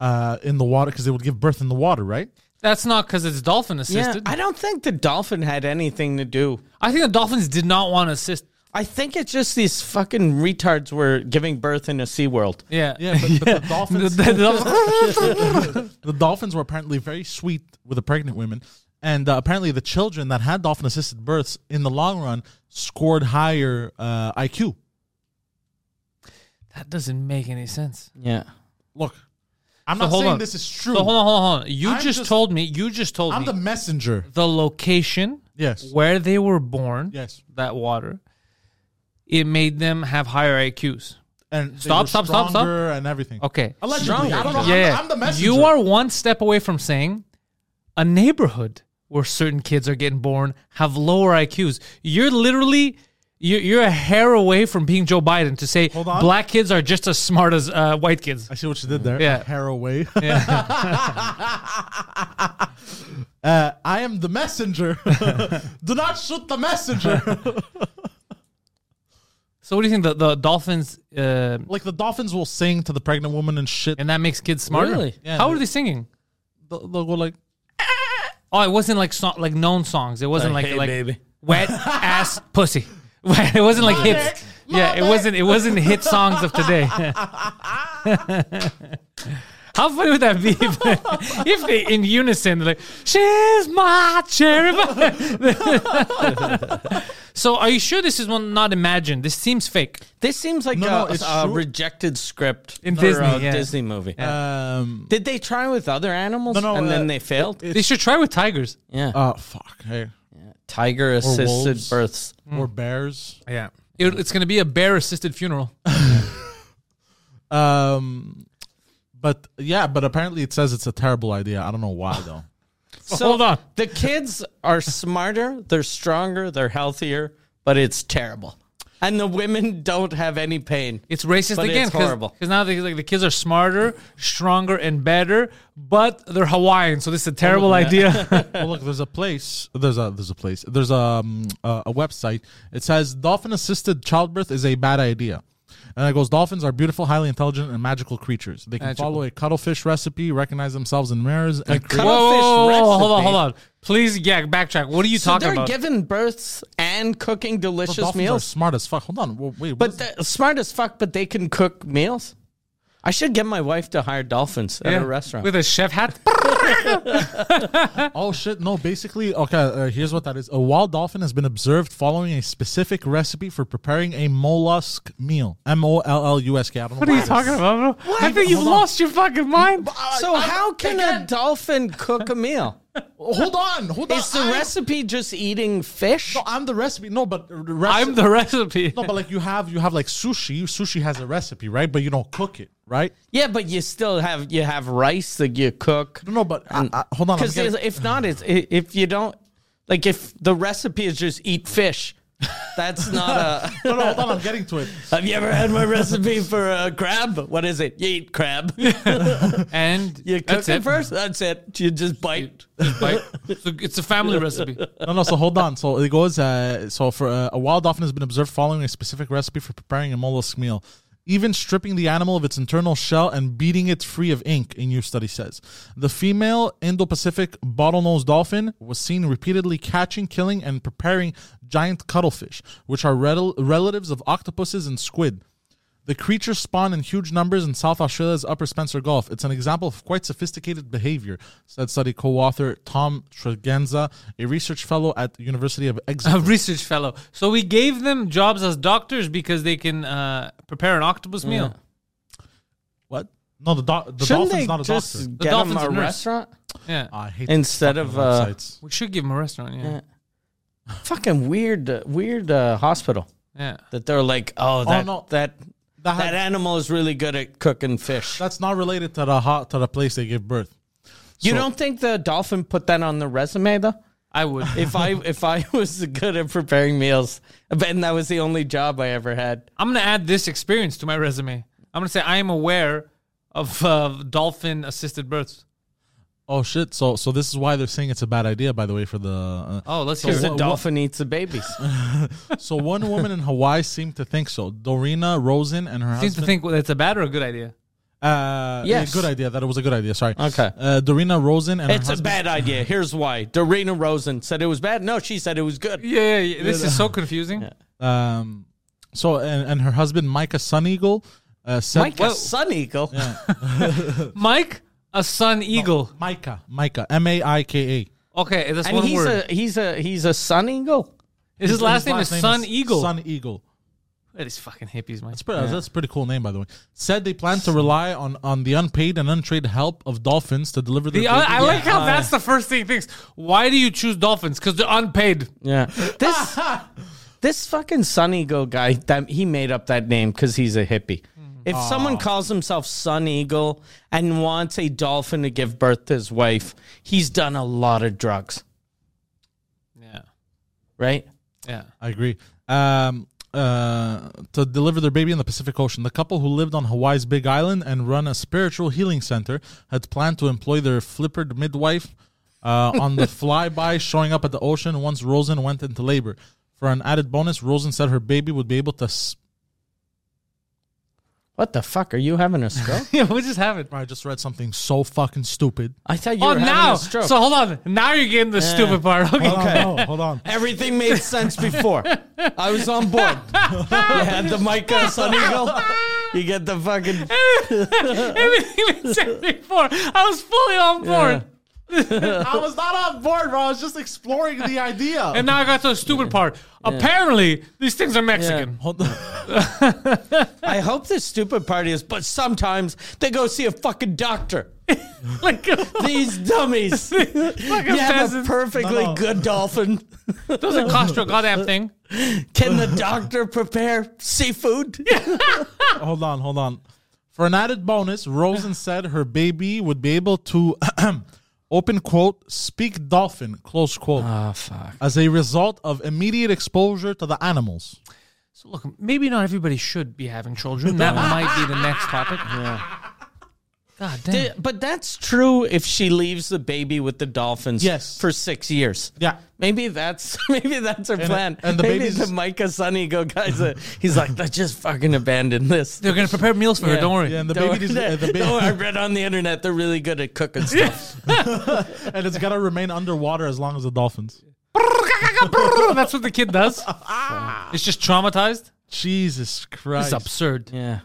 uh, in the water because they would give birth in the water, right?
That's not because it's dolphin
yeah,
assisted.
I don't think the dolphin had anything to do.
I, think the dolphins did not want to assist.
I think it's just these fucking retards were giving birth in a Sea World.
Yeah,
Yeah, but, but the
The-
dolphins.
the dolphins-
the dolphins were apparently very sweet with the pregnant women, and uh, apparently the children that had dolphin assisted births in the long run scored higher uh, IQ.
that doesn't make any sense.
Yeah.
Look, I'm
So
not
hold
saying
on.
this is true.
So hold on, hold on, hold on. You
I'm
just,
just-
told me. You just told
I'm
me
the messenger.
the location.
Yes.
Where they were born.
Yes.
That water. It made them have higher IQs.
And they
Stop,
were
stop, stop, stop.
stronger And everything.
Okay.
Allegedly, I don't know. I'm the- I'm the messenger.
You are one step away from saying a neighborhood where certain kids are getting born have lower IQs. You're literally you're, you're a hair away from being Joe Biden to say
Hold on.
black kids are just as smart as uh, white kids.
I see what you did there.
Yeah.
Hair away. uh, I am the messenger. Do not shoot the messenger.
So what do you think the, the dolphins uh,
like the dolphins will sing to the pregnant woman and shit.
and that makes kids smarter?
Really?
Yeah,
How are
they-
they singing?
They'll, they'll go like,
Oh, it wasn't like song, like known songs. It wasn't like
Like, "Hey,
like
baby."
wet ass pussy. It wasn't like hits. Yeah, it wasn't. It wasn't hit songs of today. How funny would that be if, if they in unison they're like she's my cherry? pie." so are you sure this is one not imagined? This seems fake.
This seems like
No,
a,
no, it's
a
true.
rejected script
In
for
Disney,
a
yeah.
Disney movie.
um,
Did they try with other animals
No, no,
and then
uh,
they failed?
They should try with tigers.
yeah.
uh, fuck, hey,
Tiger assisted
wolves.
births.
Hmm.
or bears.
Yeah, it's going to be a bear assisted funeral.
Um, but yeah, but apparently it says it's a terrible idea. I don't know why though.
So
hold on.
The kids are smarter, they're stronger, they're healthier, but it's terrible. And the women don't have any pain.
It's racist
But
again.
it's horrible.
Because now they, like, the kids are smarter, stronger, and better, but they're Hawaiian, so this is a
Oh,
terrible idea.
well, look, there's a place. There's a there's a place. There's a um, a, a website. It says dolphin assisted childbirth is a bad idea. And it goes, dolphins are beautiful, highly intelligent, and magical creatures. They can
Magical.
follow a cuttlefish recipe, recognize themselves in mirrors, and create.
Whoa,
cuttlefish
whoa, whoa, whoa, hold on,
recipe.
hold on. Please, yeah, backtrack. What are you
So
talking
they're
about?
giving births and cooking
Those
delicious
dolphins are
meals.
smart as fuck. Hold on, whoa, wait. what
But
is-
they're smart as fuck, but they can cook meals. I should get my wife to hire dolphins at
Yeah.
a restaurant.
with a chef hat.
Oh shit! No, basically, okay. Uh, here's what that is: a wild dolphin has been observed following a specific recipe for preparing a mollusk meal. M O L L U S K. I don't know
What are
why
you
this-
talking about? bro? I think you've
Hold on.
lost your fucking mind.
so how can a dolphin cook a meal?
Hold on, hold on.
Is the
I'm-
recipe just eating fish?
No, I'm the recipe. No, but the recipe,
I'm the recipe.
No, but like you have you have like sushi. Sushi has a recipe, right? But you don't cook it, right?
Yeah, but you still have you have rice that you cook.
No, no. But I, I, hold on. I'm
Because
getting-
if not, it's i- if you don't like if the recipe is just eat fish. That's not
no,
a.
no, hold on. I'm getting to it.
Have you ever had my recipe for a crab? What is it? You eat crab.
And
You cook
that's
it
it.
first. That's it. You just bite.
Like, it's a- it's a family recipe.
No, no. So hold on. So it goes. Uh, so for uh, a wild dolphin has been observed following a specific recipe for preparing a mollusk meal, even stripping the animal of its internal shell and beating it free of ink. A new study says the female Indo-Pacific bottlenose dolphin was seen repeatedly catching, killing, and preparing giant cuttlefish, which are rel- relatives of octopuses and squid. The creatures spawn in huge numbers in South Australia's Upper Spencer Gulf. It's an example of quite sophisticated behavior, said study co-author Tom Tregenza, a research fellow at the University of
A
Exeter.
research fellow. So we gave them jobs as doctors because they can uh, prepare an octopus meal.
what? No, the, do- the
Shouldn't
dolphin's
they
not a
just
doctor.
get them
dolphin's
a
a nurse.
restaurant?
Yeah.
I hate
Instead
these fucking
of, uh,
websites.
We should give them a restaurant. Yeah. Yeah.
Fucking weird, uh, weird uh, hospital that they're like, oh, that
no.
that
That
that,
had-
animal is really good at cooking fish.
that's not related to the hot to the place they give birth.
you
so-
don't think the dolphin put that on the resume though?
I would.
If I if I was good at preparing meals, and that was the only job I ever had,
I'm going to add this experience to my resume. I'm going to say I am aware of uh, dolphin assisted births.
Oh shit! So so this is why they're saying it's a bad idea. By the way, for the uh,
Oh, let's hear
because
it.
the dolphin eats the babies.
so one woman in Hawaii seemed to think so. Dorina Rosen and her
Seems
husband
to think well, it's a bad or a good idea.
Uh, yeah,
Yes.
good idea. That it was a good idea. Sorry.
Okay.
Uh, Dorina Rosen and her
it's a
husband-
bad idea. Here's why. Dorena Rosen said it was bad. No, she said it was good.
Yeah, yeah, yeah. this is so confusing.
Um, so and, and her husband Micah Sun Eagle uh, said
Mike, a sun eagle.
Mike, a sun eagle.
Micah Micah M A I K A.
Okay, that's
And
one
he's
word.
a he's a he's a sun eagle.
His, last name is Sun Eagle.
Sun Eagle.
It is fucking hippies, man.
That's pretty, that's a pretty cool name, by the way. Said they plan to rely on, on the unpaid and untrained help of dolphins to deliver their.
The,
baby.
I, I like how that's the first thing he thinks. Why do you choose dolphins? Because they're unpaid.
Yeah. This this fucking Sun Eagle guy, that he made up that name because he's a hippie.
Mm-hmm.
If someone calls himself Sun Eagle and wants a dolphin to give birth to his wife, he's done a lot of drugs,
Yeah,
right?
yeah.
I agree. Um, uh, to deliver their baby in the Pacific Ocean. The couple who lived on Hawaii's Big Island and run a spiritual healing center had planned to employ their flippered midwife uh, on the flyby showing up at the ocean once Rosen went into labor. For an added bonus, Rosen said her baby would be able to. S-
What the fuck? Are you having a stroke?
Yeah, we just have it.
I just read something so fucking stupid.
I thought you
Oh,
were having
now.
a stroke. Oh,
So hold on. Now you're getting the stupid part. Okay.
no, Oh, hold on.
Everything made sense before. I was on board. You had the Micah Sun Eagle. You get the fucking
Everything we said before, I was fully on
uh,
board,
I was not on board, bro. I was just exploring the idea.
and now I got to the stupid part. Apparently, these things are Mexican.
Hold on.
I hope this stupid part is, but sometimes they go see a fucking doctor.
Like, uh,
These dummies. you have a
peasants.
perfectly good dolphin.
doesn't cost you a goddamn thing.
Can the doctor prepare seafood?
hold on, hold on. For an added bonus, Rosen said her baby would be able to open quote speak dolphin close quote
Ah,
Oh, fuck.
as a result of immediate exposure to the animals.
So look, maybe not everybody should be having children. That might be the next topic. God damn.
Th- But that's true if she leaves the baby with the dolphins
Yes.
for six years.
Yeah.
Maybe that's maybe that's her plan.
and the
maybe
baby's-
the Micah Sonny go guys uh, he's like, let's just fucking abandon this.
They're gonna prepare meals for her.
Yeah.
Don't worry.
Yeah, and the
Don't
baby,
worry.
is, uh, the
Don't worry, I
baby
read on the internet they're really good at cooking stuff.
and it's gotta remain underwater as long as the dolphins.
That's what the kid does. it's just traumatized.
Jesus Christ!
It's absurd.
yeah.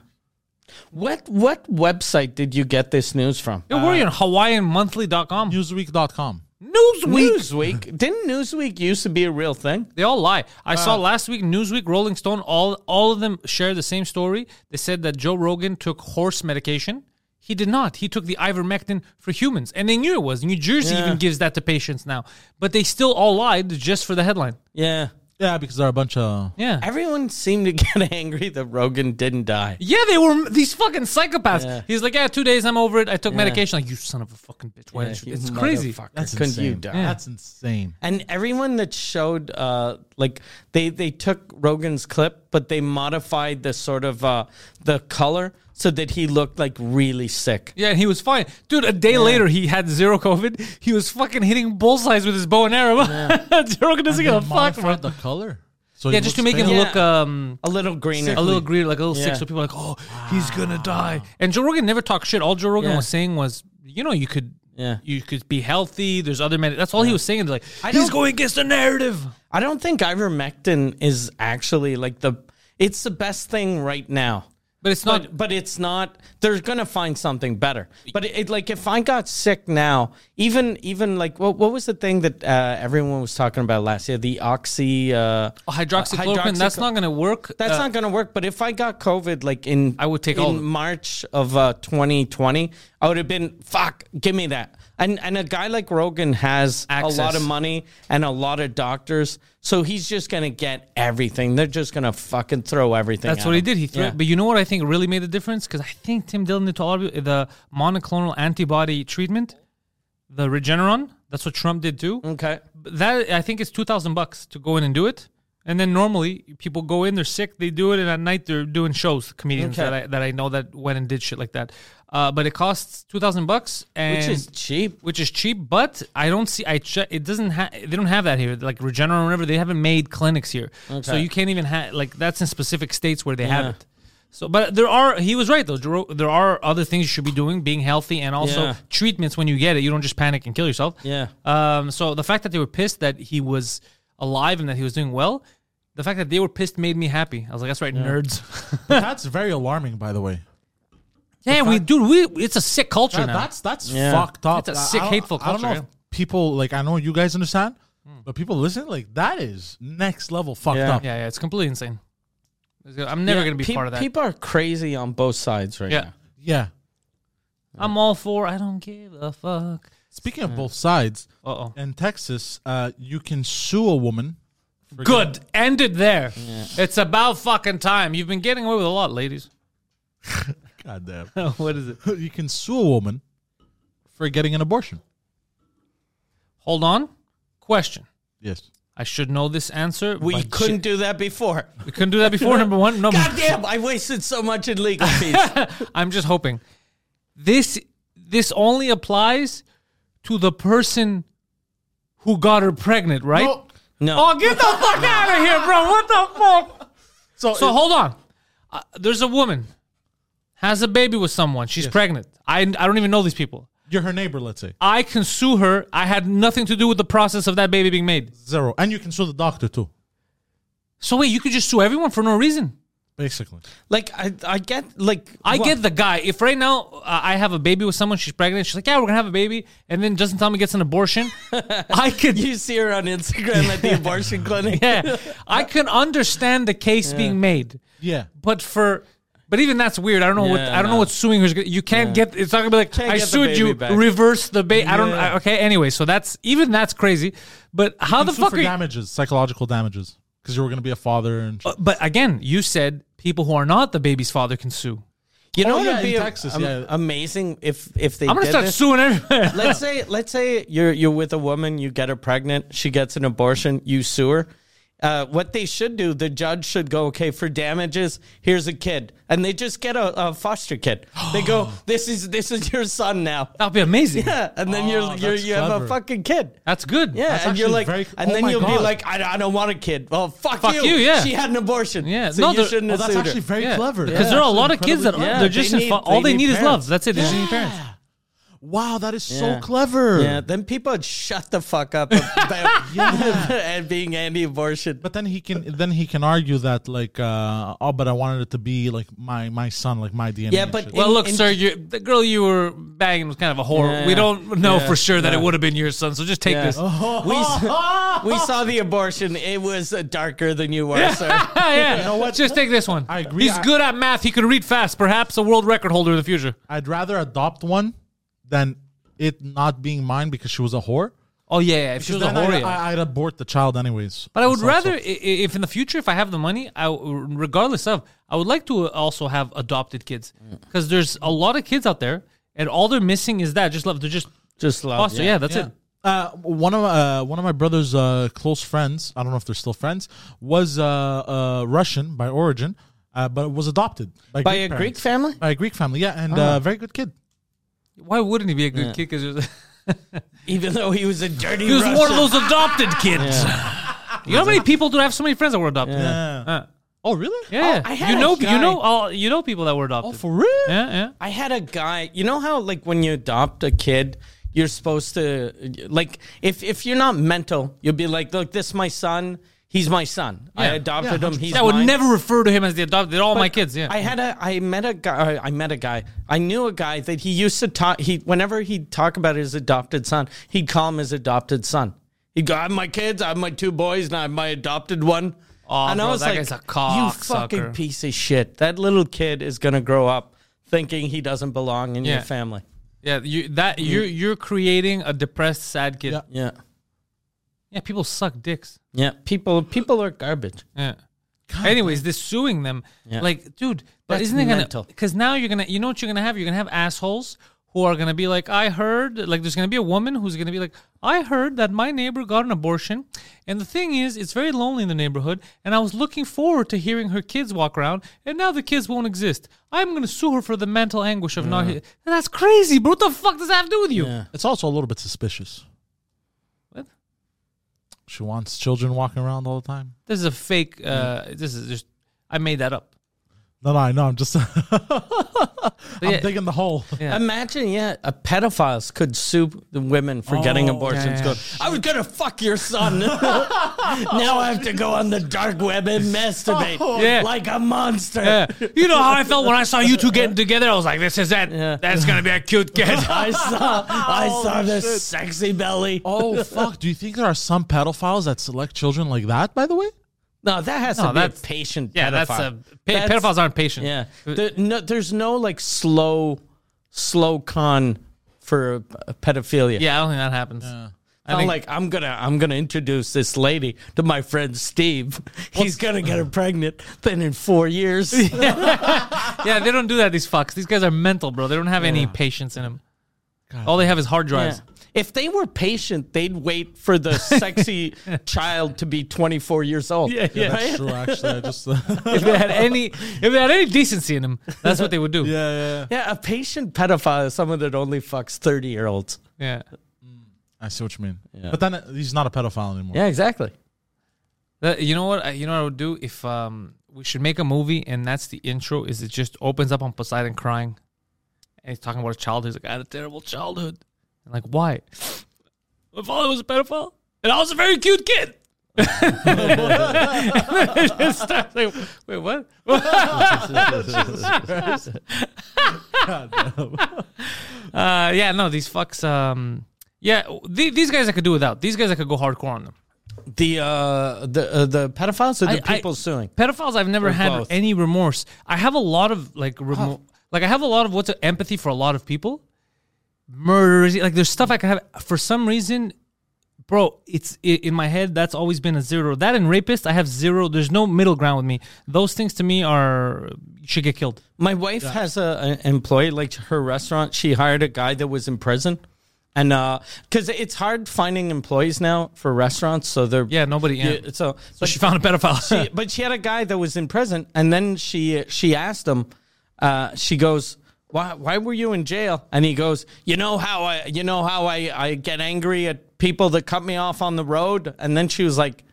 What what website did you get this news from?
Yo, we're on HawaiianMonthly.com.
Newsweek.com.
Newsweek.
Newsweek. Didn't Newsweek used to be a real thing?
They all lie. I saw last week Newsweek, Rolling Stone, all all of them share the same story. They said that Joe Rogan took horse medication. He did not. He took the ivermectin for humans, and they knew it was. New Jersey even gives that to patients now, but they still all lied just for the headline.
Yeah.
Yeah, because there are a bunch of
Yeah,
Everyone seemed to get angry that Rogan didn't die.
yeah, they were these fucking psychopaths.
Yeah.
He's like, yeah, two days, I'm over it. I took medication. Like, you son of a fucking bitch. Why didn't you? It's crazy.
That's Couldn't you die?
That's insane.
And everyone that showed, uh, like they they took Rogan's clip, but they modified the sort of uh, the color so that he looked like really sick.
Yeah, and he was fine, dude. A day later, he had zero COVID. He was fucking hitting bullseyes with his bow and arrow. Joe Rogan doesn't give a
They
fuck.
modified
bro.
the color. So
Yeah,
he
just to
looks
make him
pale.
look um
A little greener.
a little green, like a little sick,
Yeah.
so people are like, oh, he's gonna die. And Joe Rogan never talked shit. All Joe Rogan
Yeah.
was saying was, you know, you could.
Yeah.
You could be healthy. There's other men. That's all he was saying. They're Like he's
don't-
going against the narrative.
I don't think ivermectin is actually like the. It's the best thing right now.
But it's not.
But, but it's not. They're gonna find something better. But it, it- like if I got sick now, even even like what what was the thing that uh, everyone was talking about last year? The oxy uh,
hydroxychloroquine. that's
hydroxychl-
not gonna work.
That's
Oh, Uh,
not going to work. But if I got COVID, like in
I would take
in
all of it.
March of uh, 2020, I would have been fuck. Give me that. And and a guy like Rogan has a lot
Access.
of money and a lot of doctors, so he's just going to get everything. They're just going to fucking throw everything.
That's
at
what he
him.
did. He threw
Yeah.
it. But you know what I think really made the difference? Because I think Tim Dillon did to all of you- the monoclonal antibody treatment, the Regeneron. That's what Trump did too.
Okay.
But That I think it's two thousand bucks to go in and do it. And then normally people go in, they're sick, they do it, and at night they're doing shows. Comedians
Okay.
that I that I know that went and did shit like that. Uh, but it costs two thousand bucks, and
Which is cheap.
which is cheap, but I don't see. I che- it doesn't have. They don't have that here. Like Regeneron or whatever, they haven't made clinics here, so
Okay.
you can't even have. Like that's in specific states where they have
Yeah.
it. So, but there are. He was right though. Jero- There are other things you should be doing, being healthy, and also
Yeah.
treatments when you get it. You don't just panic and kill yourself.
Yeah.
Um. So the fact that they were pissed that he was alive and that he was doing well, the fact that they were pissed made me happy. I was like, that's right, nerds.
But that's very alarming, by the way.
yeah, we dude, we it's a sick culture
That-
now.
that's that's
Yeah.
fucked up.
It's a
I- I
sick,
don't-
hateful
I don't know
culture,
if
yeah. Hmm.
people like. I know you guys understand, but people listen like that is next level fucked
Yeah.
up.
yeah, yeah, it's completely insane. I'm never
Yeah,
gonna be
peop-
part of that.
People are crazy on both sides right
yeah.
now.
Yeah.
I'm all for. I don't give a fuck.
Speaking of both sides,
Uh oh.
in Texas, uh, you can sue a woman. for
Good. End it there. It's about fucking time. You've been getting away with a lot, ladies.
God damn.
Oh,
what is it?
you can sue a woman for getting an abortion.
Hold on. Question.
Yes.
I should know this answer.
We
but
couldn't
shit.
do that before.
We couldn't do that before. Number one. Number.
God damn! I wasted so much in legal fees.
I'm just hoping. This this only applies to the person who got her pregnant, right?
No.
No.
Oh, get the fuck out of here, bro! What the fuck?
So,
So hold on. Uh, there's a woman has a baby with someone. She's pregnant. I I don't even know these people.
you're her neighbor, let's say.
I can sue her. I had nothing to do with the process of that baby being made.
Zero. And you can sue the doctor too,
So wait, you could just sue everyone for no reason.
basically.
Like I, I get like
I
wha-
get the guy. If right now uh, I have a baby with someone, she's pregnant. She's like, "Yeah, we're gonna have a baby," and then Justin Tommy gets an abortion. I could,
You see her on Instagram at the abortion clinic.
yeah, I can understand the case being made,
Yeah.
but for. But even that's weird. I don't know what
Yeah,
I don't know
no.
what suing her. is gonna- You can't get. It's not gonna be like
Can't
I
get the
sued you.
baby back.
Reverse the baby. I don't.
Yeah.
I, okay. Anyway, so that's even that's crazy. But how
You
the
can sue
fuck
for
are you?
damages, psychological damages, because you were going to be a father and shit.
Uh, But again, you said people who are not the baby's father can sue.
You know
Oh,
what
yeah,
would be
in
a-
Texas,
am-
yeah.
amazing if if they
I'm gonna
did
start
this?
suing everyone.
Let's say let's say you're you're with a woman, you get her pregnant, she gets an abortion, you sue her. Uh, what they should do, the judge should go, okay, for damages, here's a kid, and they just get a, a foster kid. They go, this is this is your son now.
That'd be amazing.
Yeah, and then
Oh,
you're, you're
that's
you have
clever.
a fucking kid.
That's good.
Yeah,
That's
and you're
actually
like,
very-
and
oh
then
my
you'll be
God.
like, I, I don't want a kid. Well, fuck,
Fuck you, yeah.
She had an abortion.
Yeah,
so
no,
you
there-
shouldn't
Well,
have
Oh, that's
sued
actually
her.
very clever.
Because there are a lot of kids that
incredibly
Yeah,
they're just
they
in fa-
need-
all
they
they need,
need
is love.
parents.
That's it. They just
clever.
need parents.
Wow, that is
Yeah.
so clever.
Yeah, then people would shut the fuck up about and being anti-abortion.
But then he can then he can argue that like uh, oh, but I wanted it to be like my my son, like my DNA.
Yeah,
and
but
shit.
it-
Well, look,
in-
sir, you, the girl you were banging was kind of a whore.
Yeah,
we
yeah.
don't know
Yeah,
for sure that it
yeah.
would have been your son, so just take
Yeah. Oh.
this.
We, s- we saw the abortion. It was uh, darker than you were, sir.
yeah,
know what?
Just take this one.
I agree.
He's
I-
good at math. He can read fast. Perhaps a world record holder in the future.
I'd rather adopt one than it not being mine because she was a whore.
Oh yeah, yeah. If she was a
Then
whore,
I,
yeah.
I, I'd abort the child anyways.
But I would
So-
rather, i
so-
i- if in the future, if I have the money, I, w- regardless of, I would like to also have adopted kids because there's a lot of kids out there, and all they're missing is that just love. They're just
Just love,
foster. Yeah,
yeah.
that's it.
Uh, one of uh, one of my brother's uh, close friends, I don't know if they're still friends, was uh, uh, Russian by origin, uh, but was adopted by,
By a Greek
parents.
family?
By a Greek family, yeah, and uh, very good kid.
Why wouldn't he be a good kid? Because
Even though he was a dirty
he was one of
Russian.
those adopted kids. you know how many people do I have? So many friends that were adopted. Yeah,
Uh, oh, really?
yeah.
I had
you
a
know,
guy-
you know, all, you know people that were
Oh,
adopted.
for real?
yeah, yeah.
I had a guy. You know how like when you adopt a kid, you're supposed to like if if you're not mental, you'll be like, look, this is my son. He's my son. I
Yeah.
adopted
Yeah,
him. He's
I would
mine.
never refer to him as the adopted. They're all my
But
kids. Yeah,
I had a. I met a guy. I met a guy. I knew a guy that he used to talk. He whenever he'd talk about his adopted son, he'd call him his adopted son. He'd go, "I have my kids. I have my two boys, and I have my adopted one."
Aw,
and
bro,
I was
that
like,
guy's a
"You
cocksucker."
fucking piece of shit! That little kid is gonna grow up thinking he doesn't belong in
Yeah.
your family."
yeah. You that you're you're creating a depressed, sad kid.
Yeah.
Yeah,
yeah people suck dicks.
yeah. People, people are garbage.
Yeah. Anyways, this suing them,
Yeah.
like, dude, but
That's
isn't it gonna?
mental.
Because now you're gonna, you know what you're gonna have? You're gonna have assholes who are gonna be like, I heard, like, there's gonna be a woman who's gonna be like, I heard that my neighbor got an abortion, and the thing is, it's very lonely in the neighborhood, and I was looking forward to hearing her kids walk around, and now the kids won't exist. I'm gonna sue her for the mental anguish of not. He- That's crazy, bro. What the fuck does that have to do with you?
Yeah.
It's also a little bit suspicious.
What?
She wants children walking around all the time.
This is a fake. Uh, This is just. I made that up.
No, no, I know. I'm just I'm
yeah-
digging the hole.
Yeah.
Imagine, yeah, a pedophiles could sue the women for getting
Oh,
abortions.
yeah,
Go, I was gonna fuck your son. now I have to go on the dark web and masturbate
Oh. Yeah.
like a monster.
Yeah. You know how I felt when I saw you two getting together? I was like, this is it.
Yeah.
That's going to be a cute kid.
I saw, I
Oh,
saw
Holy
this
shit.
sexy belly.
Oh fuck! Do you think there are some pedophiles that select children like that? By the way,
No, that has
No,
to be a
that's-
patient.
yeah,
pedophile.
that's a- pa- pedophiles aren't patient. Uh,
Yeah, There- no, there's no like slow, slow con for uh, pedophilia.
yeah, I don't think that happens.
I'm like, I'm gonna, I'm gonna introduce this lady to my friend Steve. He's gonna get her pregnant. Then in four years,
Yeah, they don't do that, these fucks. These guys are mental, bro. They don't have any patience in them. All they have is hard drives.
if they were patient, they'd wait for the sexy child to be 24 years old.
Yeah, yeah.
right?
true. Actually, I just
If they had any, if they had any decency in them, that's what they would do. Yeah,
yeah, yeah.
Yeah, a patient pedophile is someone that only fucks 30 year olds.
I see what you mean. But then uh, he's not a pedophile anymore.
Yeah, exactly.
That- Uh, you know what? I, you know what I would do if um, we should make a movie, and that's the intro. Is it just opens up on Poseidon crying, and he's talking about his childhood. He's like, I had a terrible childhood. And like, why? My father was a pedophile, and I was a very cute kid. and then it just starts like, wait, what? Uh, yeah, no, these fucks. Um, yeah, th- these guys I could do without. These guys I could go hardcore on them.
The uh, the uh, the pedophiles or the
I- I-
people suing?
pedophiles i've never
Or
had
both.
any remorse i have a lot of like remo- like i have a lot of what's empathy for a lot of people murderers like there's stuff i can have for some reason bro it's i in my head that's always been a zero that and rapist i have zero there's no middle ground with me those things to me are should get killed
My wife has a, an employee, like her restaurant. She hired a guy that was in prison, And because it's hard finding employees now for restaurants, so they're
Yeah, nobody. Yeah.
Yeah, so,
so she found a pedophile.
she, but she had a guy that was in prison, and then she she asked him. Uh, she goes, "Why why were you in jail?" And he goes, "You know how I you know how I I get angry at people that cut me off on the road." And then she was like,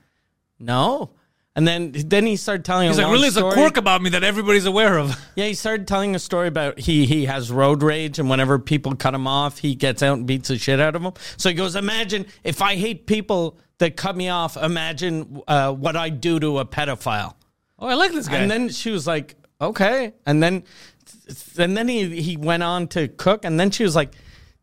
"No." And then then he started telling.
He's
a
like,
long
really, it's a
story.
quirk about me that everybody's aware of.
Yeah, he started telling a story about he he has road rage, and whenever people cut him off, he gets out and beats the shit out of them. So he goes, "Imagine if I hate people that cut me off. Imagine uh, what I do to a pedophile."
Oh, I like this guy.
And then she was like, "Okay." And then and then he he went on to cook, and then she was like.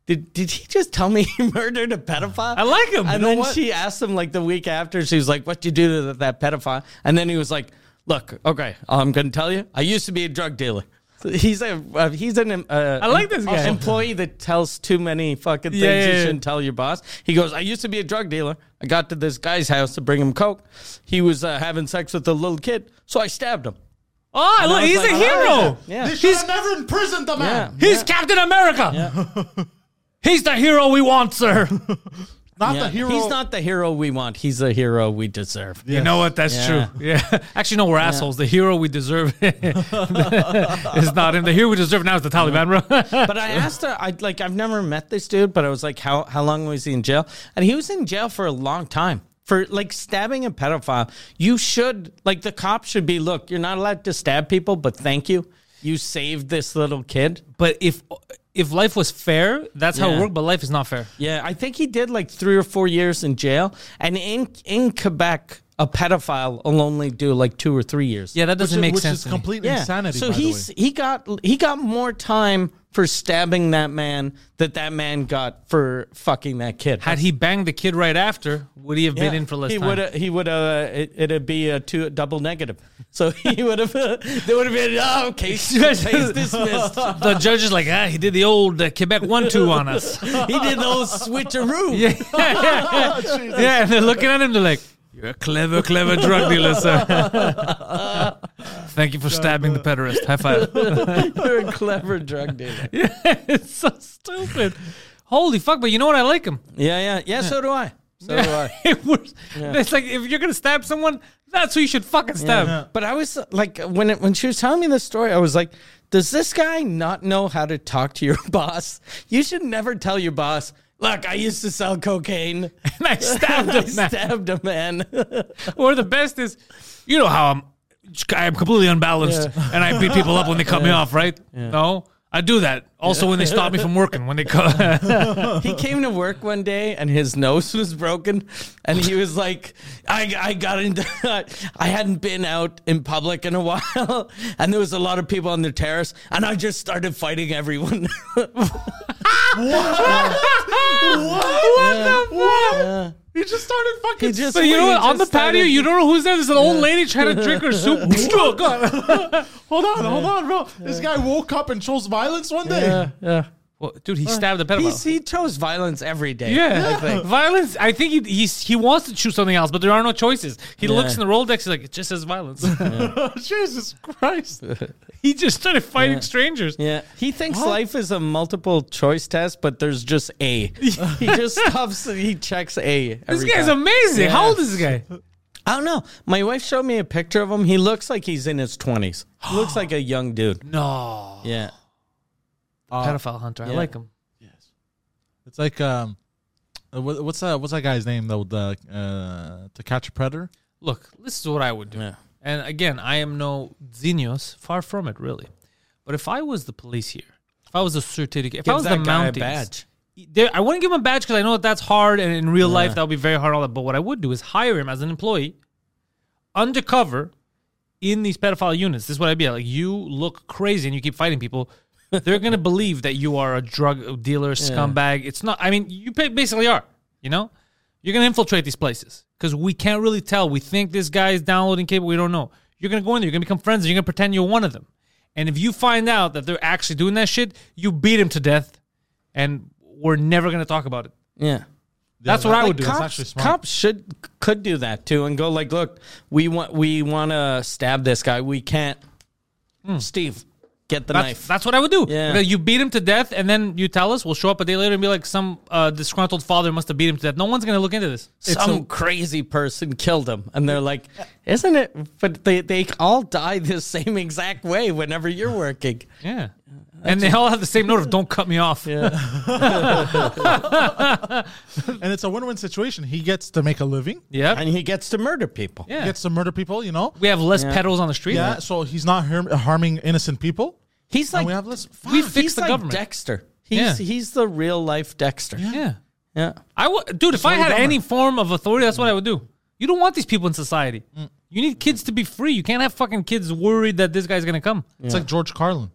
Did, did he just tell me he murdered a pedophile?
I like him. You
And
know
then
what?
she asked him like the week after. She was like, "What'd you do to that, that pedophile?" And then he was like, "Look, okay, I'm gonna tell you. I used to be a drug dealer. So he's a uh, he's an um, uh,
I like this guy.
employee that tells too many fucking things
Yeah, yeah,
you
yeah.
shouldn't tell your boss. He goes, I used to be a drug dealer. I got to this guy's house to bring him coke. He was uh, having sex with a little kid, so I stabbed him.
oh, I
And I
like,
was
he's
like,
a
I
hero.
like that. Yeah.
They should have never imprisoned the man.
He's Captain America. he's the hero we want, sir.
Not
Yeah.
the hero.
He's not the hero we want. He's the hero we deserve.
You know what? That's
Yeah.
true. Yeah. Actually, no, we're assholes. The hero we deserve is not him. The hero we deserve now is the Taliban, bro.
But I asked her, I like I've never met this dude, but I was like, how how long was he in jail? And he was in jail for a long time. For like stabbing a pedophile, you should like the cop should be look, you're not allowed to stab people, but thank you. You saved this little kid.
but if if life was fair, that's how it
Yeah.
worked. But life is not fair.
Yeah, I think he did like three or four years in jail. And in in Quebec, a pedophile will only do like two or three years.
Yeah, that
which
doesn't
is-
make
which
sense.
is
to me.
complete
Yeah.
insanity.
So
by the
he's
way.
he got he got more time for stabbing that man that that man got for fucking that kid.
Had he banged the kid right after, would he have been in for less
he
time?
would he would uh it, it'd be a two double negative. So he would have there would have been oh case, case dismissed.
the judge is like, ah, he did the old uh, Quebec one-two on us.
He did those switcheroo.
yeah, yeah, yeah. And they're looking at him. They're like, "You're a clever, clever drug dealer, sir." Thank you for stabbing the pederast. High five.
You're a clever drug dealer. Yeah,
it's so stupid. Holy fuck! But you know what? I like him.
yeah, yeah. so do I. So do I.
It was- It's like if you're gonna stab someone, that's who you should fucking stab.
But I was like, when it, when she was telling me this story, I was like, does this guy not know how to talk to your boss? You should never tell your boss. Look, I used to sell cocaine.
And I stabbed
I
him. man.
stabbed a man.
Or the best is, you know how I'm, I'm completely unbalanced and I beat people up when they cut me off, right? No, I do that. Also, when they stop me from working, when they cut.
he came to work one day and his nose was broken, and he was like, "I, I got into, I hadn't been out in public in a while, and there was a lot of people on the terrace, and I just started fighting everyone."
what the fuck?
He just started fucking.
He just-
But you know
He
what? On the
just
patio,
started-
you don't know who's there. There's an old lady trying to drink her soup. Oh, God.
hold on, hold on, bro. This guy woke up and chose violence one day.
yeah.
Well, dude, he stabbed the
He's,
pedophile.
he chose violence every day.
yeah,
I think.
violence. I think he he's, he wants to choose something else, but there are no choices. He looks in the Rolodex. He's like, it just says violence.
Jesus Christ.
he just started fighting strangers.
Yeah. He thinks life is a multiple choice test, but there's just A. he just stops and he checks A.
This
every
guy's
time.
amazing.
Yeah.
How old is this guy?
I don't know. My wife showed me a picture of him. He looks like he's in his 20s. He looks like a young dude.
No,
Yeah.
Uh,
pedophile hunter. I
yeah.
like him.
It's like um, uh, what- what's that? What's that guy's name? That would uh, uh, to catch a predator.
look, this is what I would do.
Yeah.
And again, I am no Xenios, far from it, really. But if I was the police here, if I was the Surtiti, if I
Give
was the
that guy a
Mounties,
badge.
there- I wouldn't give him a badge because I know that that's hard, and in real life that would be very hard. and All that, but what I would do is hire him as an employee, undercover, in these pedophile units. This is what I'd be like. You look crazy, and you keep fighting people. They're gonna believe that you are a drug dealer, scumbag. It's not. I mean, you ba- basically are. You know, you're gonna infiltrate these places because we can't really tell. We think this guy is downloading cable. We don't know. You're gonna go in there. You're gonna become friends. And you're gonna pretend you're one of them. And if you find out that they're actually doing that shit, you beat him to death and we're never gonna talk about it.
Yeah.
That's what I would do.
That's
cops,
actually smart.
cops should could do that too and go like, look, we want we want to stab this guy. We can't. Steve, Get the
Hmm. That's,
knife.
that's what I would do.
Yeah.
Because You beat him to death, and then you tell us. We'll show up a day later and be like, some uh, disgruntled father must have beat him to death. No one's gonna look into this.
Some crazy person killed him, and they're like, "Isn't it?" But they they all die the same exact way whenever you're working.
Yeah. And they all have the same note of "Don't cut me off."
and it's a win-win situation. He gets to make a living.
Yeah.
And he gets to murder people.
Yeah.
He gets to murder people. You know.
we have less pedals on the street.
Yeah. So he's not harm- harming innocent people.
He's
And
like
we have less.
We
Fuck.
fix
he's
the
like
government.
Dexter. He's
Yeah.
he's the real life Dexter. Yeah.
Yeah. I w- dude, if I
way
had
dumber.
any form of authority, that's what I would do. You don't want these people in society. You need kids to be free. You can't have fucking kids worried that this guy's gonna come.
It's like George Carlin.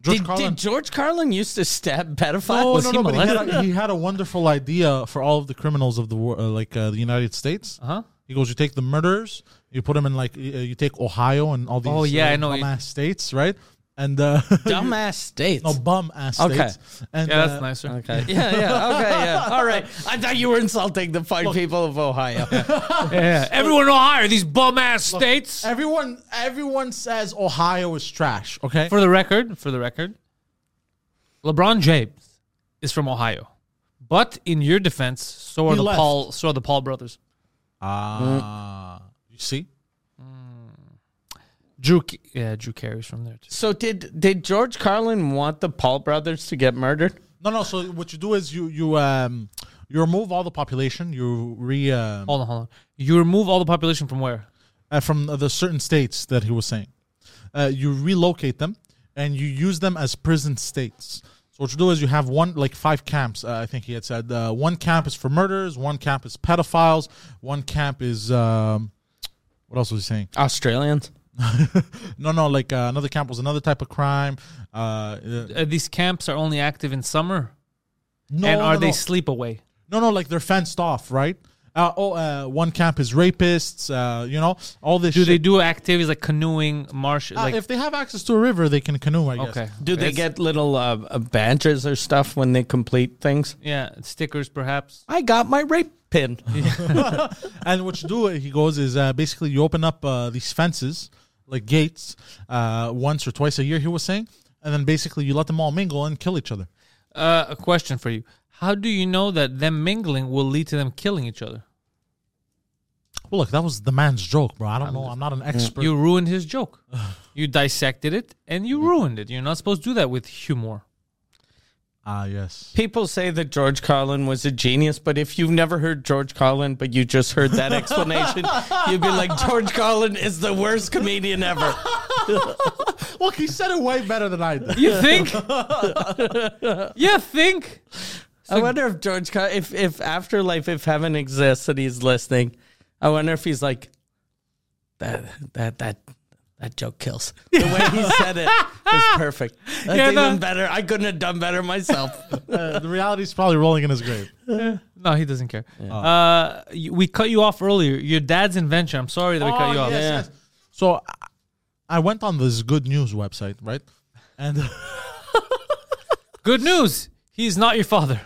George
Did,
Carlin.
did George Carlin used to stab pedophiles?
no,
was
no,
he
no, but he had,
molested?
a, he had a wonderful idea for all of the criminals of the war, uh, like uh, the United States.
Uh-huh.
He goes, you take the murderers, you put them in like, uh, you take Ohio and all these
Oh, yeah,
uh,
I know.
dumbass states, right? And uh,
Dumbass states.
no bum ass
Okay.
states. And,
Yeah,
uh,
that's nicer.
Okay. Yeah, yeah. Okay, yeah. All right. I thought you were insulting the fine people of Ohio.
Yeah. Everyone in Ohio, these bum ass states.
Everyone, everyone says Ohio is trash. Okay,
For the record, for the record, LeBron James is from Ohio, but in your defense, so are
He
the
left.
Paul, so are the Paul brothers.
Mm.
ah, you see,
Drew, Ca- yeah, Drew Carey's from there. Too.
So did did George Carlin want the Paul brothers to get murdered?
no, no. So what you do is you you um you remove all the population. You re um,
Hold on, hold on. You remove all the population from where?
uh, from the certain states that he was saying. Uh, you relocate them and you use them as prison states. So what you do is you have one like five camps. Uh, I think he had said uh, one camp is for murderers, one camp is pedophiles, one camp is um, what else was he saying?
Australians.
No, no, like uh, another camp was another type of crime. Uh, uh,
Uh, these camps are only active in summer,
no,
and are
no,
they
no.
sleep away?
No, no, like they're fenced off, right? Uh, oh, uh, one camp is rapists. Uh, you know all this.
Do
shit.
they do activities like canoeing, marsh?
Uh,
like
if they have access to a river, they can canoe. I guess.
okay,
Do they
It's-
get little uh, uh, badges or stuff when they complete things?
yeah stickers perhaps?
I got my rape pin.
And what you do, he goes, is uh, basically you open up uh, these fences, like gates, uh, once or twice a year, he was saying. And then basically you let them all mingle and kill each other.
Uh, a question for you: How do you know that them mingling will lead to them killing each other?
Well, look, that was the man's joke, bro. I don't know. I'm not an expert.
You ruined his joke. you dissected it and you ruined it. You're not supposed to do that with humor.
Ah, yes.
People say that George Carlin was a genius, but if you've never heard George Carlin, but you just heard that explanation, you'd be like, George Carlin is the worst comedian ever.
Look, he said it way better than I did.
You think? you think?
I wonder if George, Car- if if afterlife, if heaven exists, and he's listening, I wonder if he's like that that that that joke kills. The way he said it was perfect. That's
Yeah,
even
the-
better. I couldn't have done better myself.
Uh, the reality's probably rolling in his grave.
No, he doesn't care. Uh, you- we cut you off earlier. Your dad's invention. I'm sorry that we cut you off.
Oh, yes. So I- I went on this good news website, right? And
Good news. He's not your father.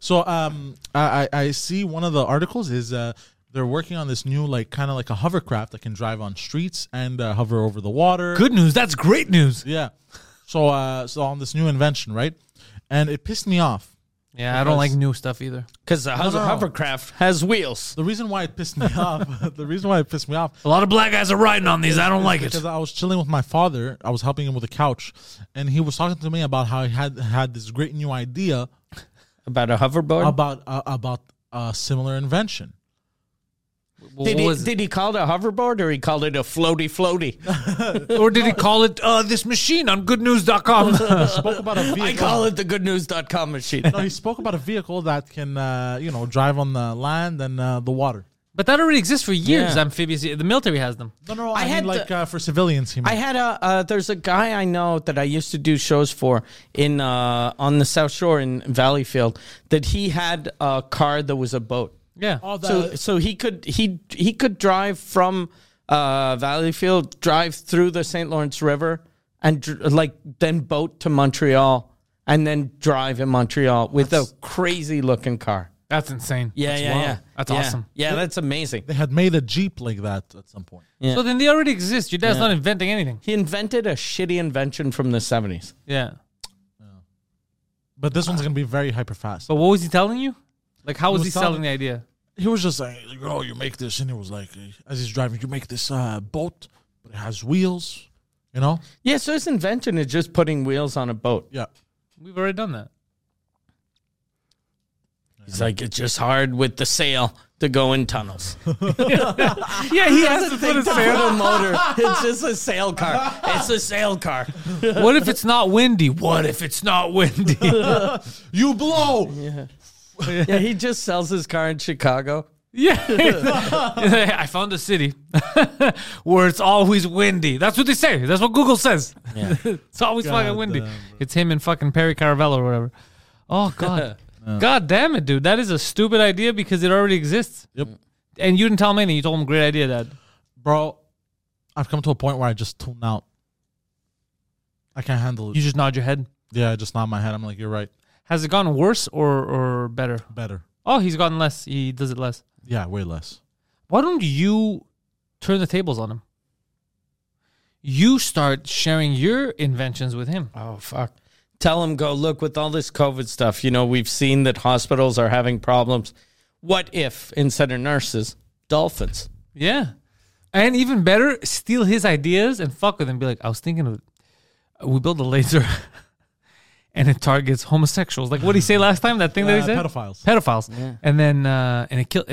So um, I, I I see one of the articles is uh, they're working on this new like kind of like a hovercraft that can drive on streets and uh, hover over the water.
Good news. That's great news.
Yeah. So uh, so on this new invention, right? And it pissed me off.
Yeah, I don't like new stuff either.
Because the
no, no.
hovercraft has wheels.
The reason why it pissed me off, the reason why it pissed me off
A lot of black guys are riding on these. I don't like
because I was chilling with my father. I was helping him with a couch, and he was talking to me about how he had had this great new idea
About a hoverboard.
about uh, about a similar invention.
did, he,
was it?
did he call it a hoverboard or he called it a floaty floaty?
or did he call it uh, this machine on goodnews.com?
Spoke about a vehicle.
I call it the goodnews.com machine.
No, he spoke about a vehicle that can, uh, you know, drive on the land and uh, the water.
but that already exists for years.
Yeah.
Amphibious. The military has them.
No, no,
I
I,
had
had like
the-
uh, for civilians. He
I
meant.
had a uh, there's a guy I know that I used to do shows for in uh, on the South Shore in Valleyfield that he had a car that was a boat.
Yeah.
All the-
So so he could he he could drive from uh, Valleyfield, drive through the St. Lawrence River, and dr- like then boat to Montreal, and then drive in Montreal with a crazy looking car.
That's insane.
Yeah,
That's
yeah,
wild.
yeah.
That's
Yeah.
awesome.
Yeah, that's amazing.
They had made a Jeep like that at some point.
Yeah.
So then they already exist. Your dad's not inventing anything.
He invented a shitty invention from the 70s.
Yeah.
But this one's going to be very hyper fast.
But what was he telling you? Like, how was
was
he selling
telling-
the idea?
he was just like, like, "Oh, you make this," and he was like, as he's driving, "You make this uh, boat, but it has wheels," you know.
Yeah, so his invention is just putting wheels on a boat.
Yeah,
We've already done that.
He's like, it's just hard with the sail to go in tunnels.
Yeah, he has to put
Big
his
turbo motor. It's just a sail car. It's a sail car.
What if it's not windy? What if it's not windy?
you blow.
Yeah, he just sells his car in Chicago.
yeah. I found a city where it's always windy. That's what they say. That's what Google says. it's always fucking windy. it's him and fucking Perry Caravello or whatever. Oh, God. God damn it, dude. That is a stupid idea because it already exists.
Yep,
And you didn't tell him anything. You told him, great idea, Dad.
bro. I've come to a point where I just tune out. I can't handle it.
You just nod your head.
yeah, I just nod my head. I'm like, "You're right.
Has it gone worse or, or better?
Better."
Oh, he's gotten less. He does it less.
Yeah, way less.
why don't you turn the tables on him? You start sharing your inventions with him.
Oh fuck. Tell him go look with all this COVID stuff. You know, we've seen that hospitals are having problems. What if instead of nurses, dolphins?
Yeah. And even better, steal his ideas and fuck with him. Be like, I was thinking of it. We build a laser and it targets homosexuals. Like, what did he say last time? That thing that he
Uh,
said?
pedophiles.
Pedophiles. And then, uh, and it killed.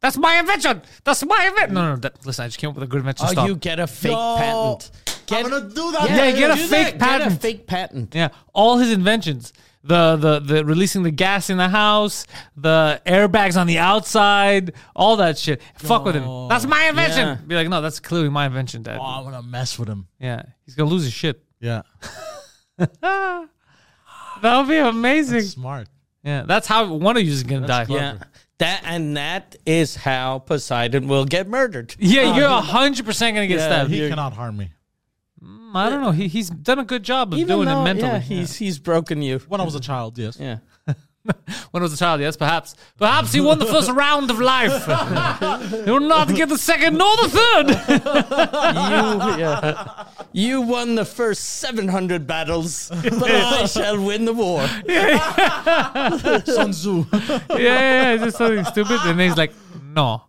That's my invention. That's my invention. No, no, no. That, listen, I just came up with a good invention.
Oh,
Stop.
you get a fake
No.
patent. Get,
I'm gonna do that.
Yeah,
later.
get a
do
fake
Get a
patent.
fake patent.
Yeah, all his inventions. The, the the releasing the gas in the house, the airbags on the outside, all that shit. Fuck with him. That's my invention.
Oh, Yeah.
Be like, no, that's clearly my invention, Dad.
Oh, I'm gonna mess with him.
Yeah, he's gonna lose his shit.
Yeah,
That would be amazing.
smart.
yeah, that's how one of you is gonna die.
Yeah. That and that is how Poseidon will get murdered.
Yeah, yeah, you're hundred percent gonna get
Yeah,
stabbed.
He cannot harm me.
Mm, I don't know. He, he's done a good job of
Even
doing
though,
it mentally.
yeah, he's he's broken you.
When I was a child, yes.
Yeah.
When I was a child, yes, perhaps. Perhaps he won the first round of life. he will not get the second nor the third.
you, yeah. you won the first 700 battles, but I shall win the war.
Sun Tzu.
yeah, yeah, yeah, just something stupid. And he's like, no.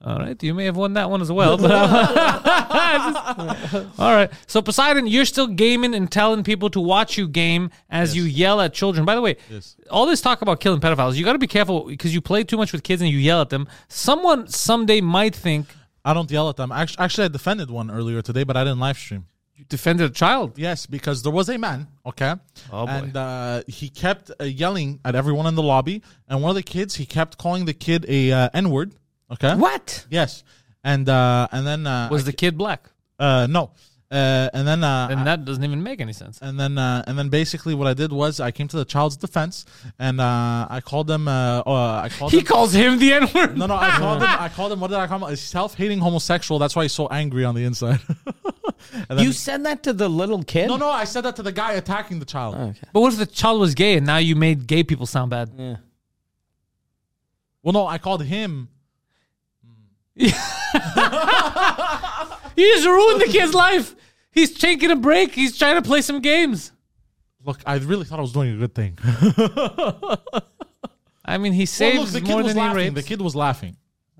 All right, you may have won that one as well. But Just- all right, so Poseidon, you're still gaming and telling people to watch you game as you yell at children. By the way,
Yes.
all this talk about killing pedophiles, you got to be careful because you play too much with kids and you yell at them. Someone someday might think
I don't yell at them. Actually, actually, I defended one earlier today, but I didn't live stream.
you defended a child.
Yes, because there was a man, okay,
Oh, boy.
and uh, he kept uh, yelling at everyone in the lobby. And one of the kids, he kept calling the kid a uh, n word. Okay,
What?
Yes, and uh, and then uh,
Was the kid black?
uh, no, uh, and then uh,
And that doesn't even make any sense.
and then uh, and then basically what I did was I came to the child's defense and uh, I called them. Uh, uh, I called
He
them.
calls him the N word.
no, no, I called him. I called him. What did I call him? A self-hating homosexual. That's why he's so angry on the inside. and then,
You said that to the little kid?
no, no, I said that to the guy attacking the child.
But what if the child was gay and now you made gay people sound
Mm.
bad?
Well, no, I called him.
He just ruined the kid's life. He's taking a break. He's trying to play some games.
Look, I really thought I was doing a good thing.
I mean, he saves
Well, look, the kid
more
was
than he
laughing.
rapes.
The kid was laughing.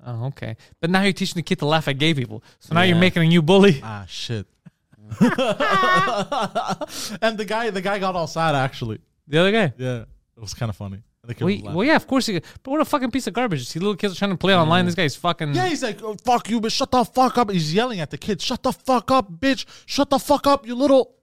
Oh, okay. But now you're teaching the kid to laugh at gay people. So now you're making a new bully.
Ah, shit. and the guy, the guy got all sad. Actually,
The other guy.
yeah, it was kind of funny. The kid
Well,
was
y-
laughing.
well, yeah, of course. He, but what a fucking piece of garbage. See, little kids are trying to play online. This guy's fucking.
Yeah, he's like, oh, fuck you, but shut the fuck up. He's yelling at the kid, shut the fuck up, bitch. Shut the fuck up, you little.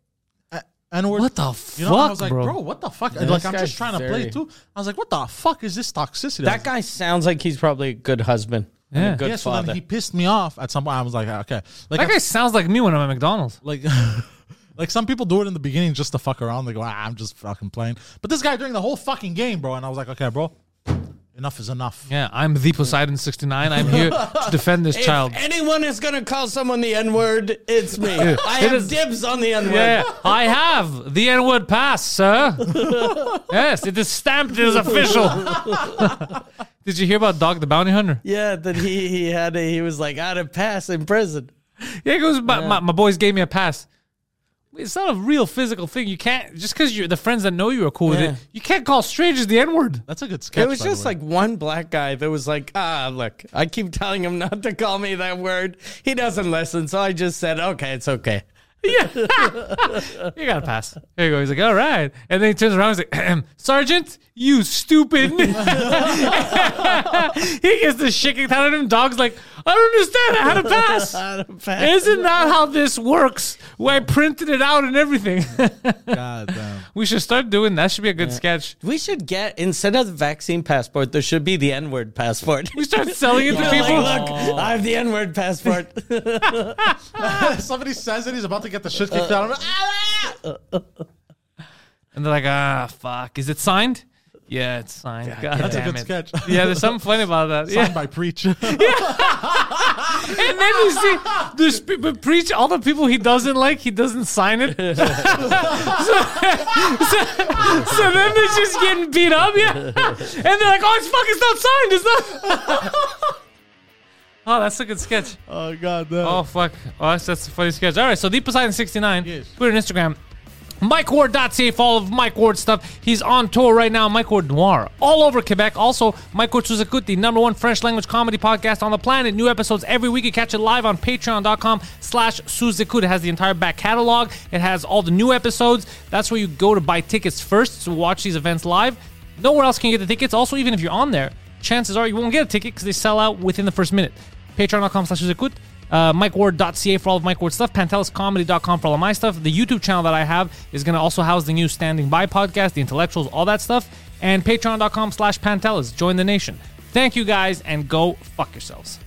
And we're,
What the fuck,
you know, I was like,
bro?
bro, what the fuck? And, like, I'm
guy's
just trying to play
very-
too. I was like, what the fuck is this toxicity? I was
That guy sounds like he's probably a good husband and
Yeah.
a good
yeah, so
father.
then he pissed me off at some point. I was like, okay, like
That guy sounds like me when I'm at McDonald's.
like like some people do it in the beginning just to fuck around. They go, ah, I'm just fucking playing. But this guy during the whole fucking game, bro, and I was like, okay, bro, enough is enough.
Yeah, I'm the Poseidon 69. I'm here to defend this
if
child.
anyone is going to call someone the N word, it's me. I have
is-
dibs on the N word.
Yeah, I have the N word pass, sir. yes, it is stamped. It is official. Did you hear about Dog the Bounty Hunter?
Yeah, that he he had a, he was like out of pass in prison.
Yeah, he goes, my, my, my boys gave me a pass. It's not a real physical thing. You can't, just because you're the friends that know you are cool
Yeah.
with it, you can't call strangers the N word.
That's a good sketch.
It was
by the
just
way.
like one black guy that was like, ah, look, I keep telling him not to call me that word. He doesn't listen, so I just said, okay, it's okay.
You got to pass. There you go. He's like, all right. And then he turns around and he's like, Sergeant, you stupid. he gets the shit kicked out of him. Dog's like, I don't understand. I had a pass.
Out of pass.
Isn't that how this works? Where I printed it out and everything.
God damn.
we should start doing that. Should be a good sketch.
We should get instead of the vaccine passport, there should be the N word passport.
We start selling it to
Like,
people.
look, I have the N word passport.
Somebody says it, he's about to get the shit kicked
Uh,
out of him.
And they're like, ah, fuck. Is it signed? Yeah, it's signed. God
That's a
damn
good
it.
sketch.
Yeah, there's something funny about that.
Signed
Yeah.
by Preach.
And then you see this pe- but preach all the people he doesn't like, he doesn't sign it. so, so, so then they're just getting beat up, yeah. And they're like, oh, it's fucking it's not signed. It's not. oh, that's a good sketch.
oh, God damn.
Oh fuck! Oh, that's, that's a funny sketch. All right, so Deep Poseidon sixty nine.
Yes.
Twitter and Instagram. MikeWard.ca for all of Mike Ward stuff. He's on tour right now, Mike Ward Noir, all over Quebec. Also, Mike Ward Suzukuti, number one French language comedy podcast on the planet. New episodes every week. You catch it live on patreon.com slash Suzukuti. It has the entire back catalog. It has all the new episodes. That's where you go to buy tickets first to watch these events live. Nowhere else can you get the tickets. Also, even if you're on there, chances are you won't get a ticket because they sell out within the first minute. Patreon.com slash Suzukuti uh, MikeWard.ca for all of Mike Ward stuff, PantelisComedy.com for all of my stuff. The YouTube channel that I have is going to also house the new Standing By podcast, the intellectuals, all that stuff, and Patreon.com slash Pantelis. Join the nation. Thank you guys, and go fuck yourselves.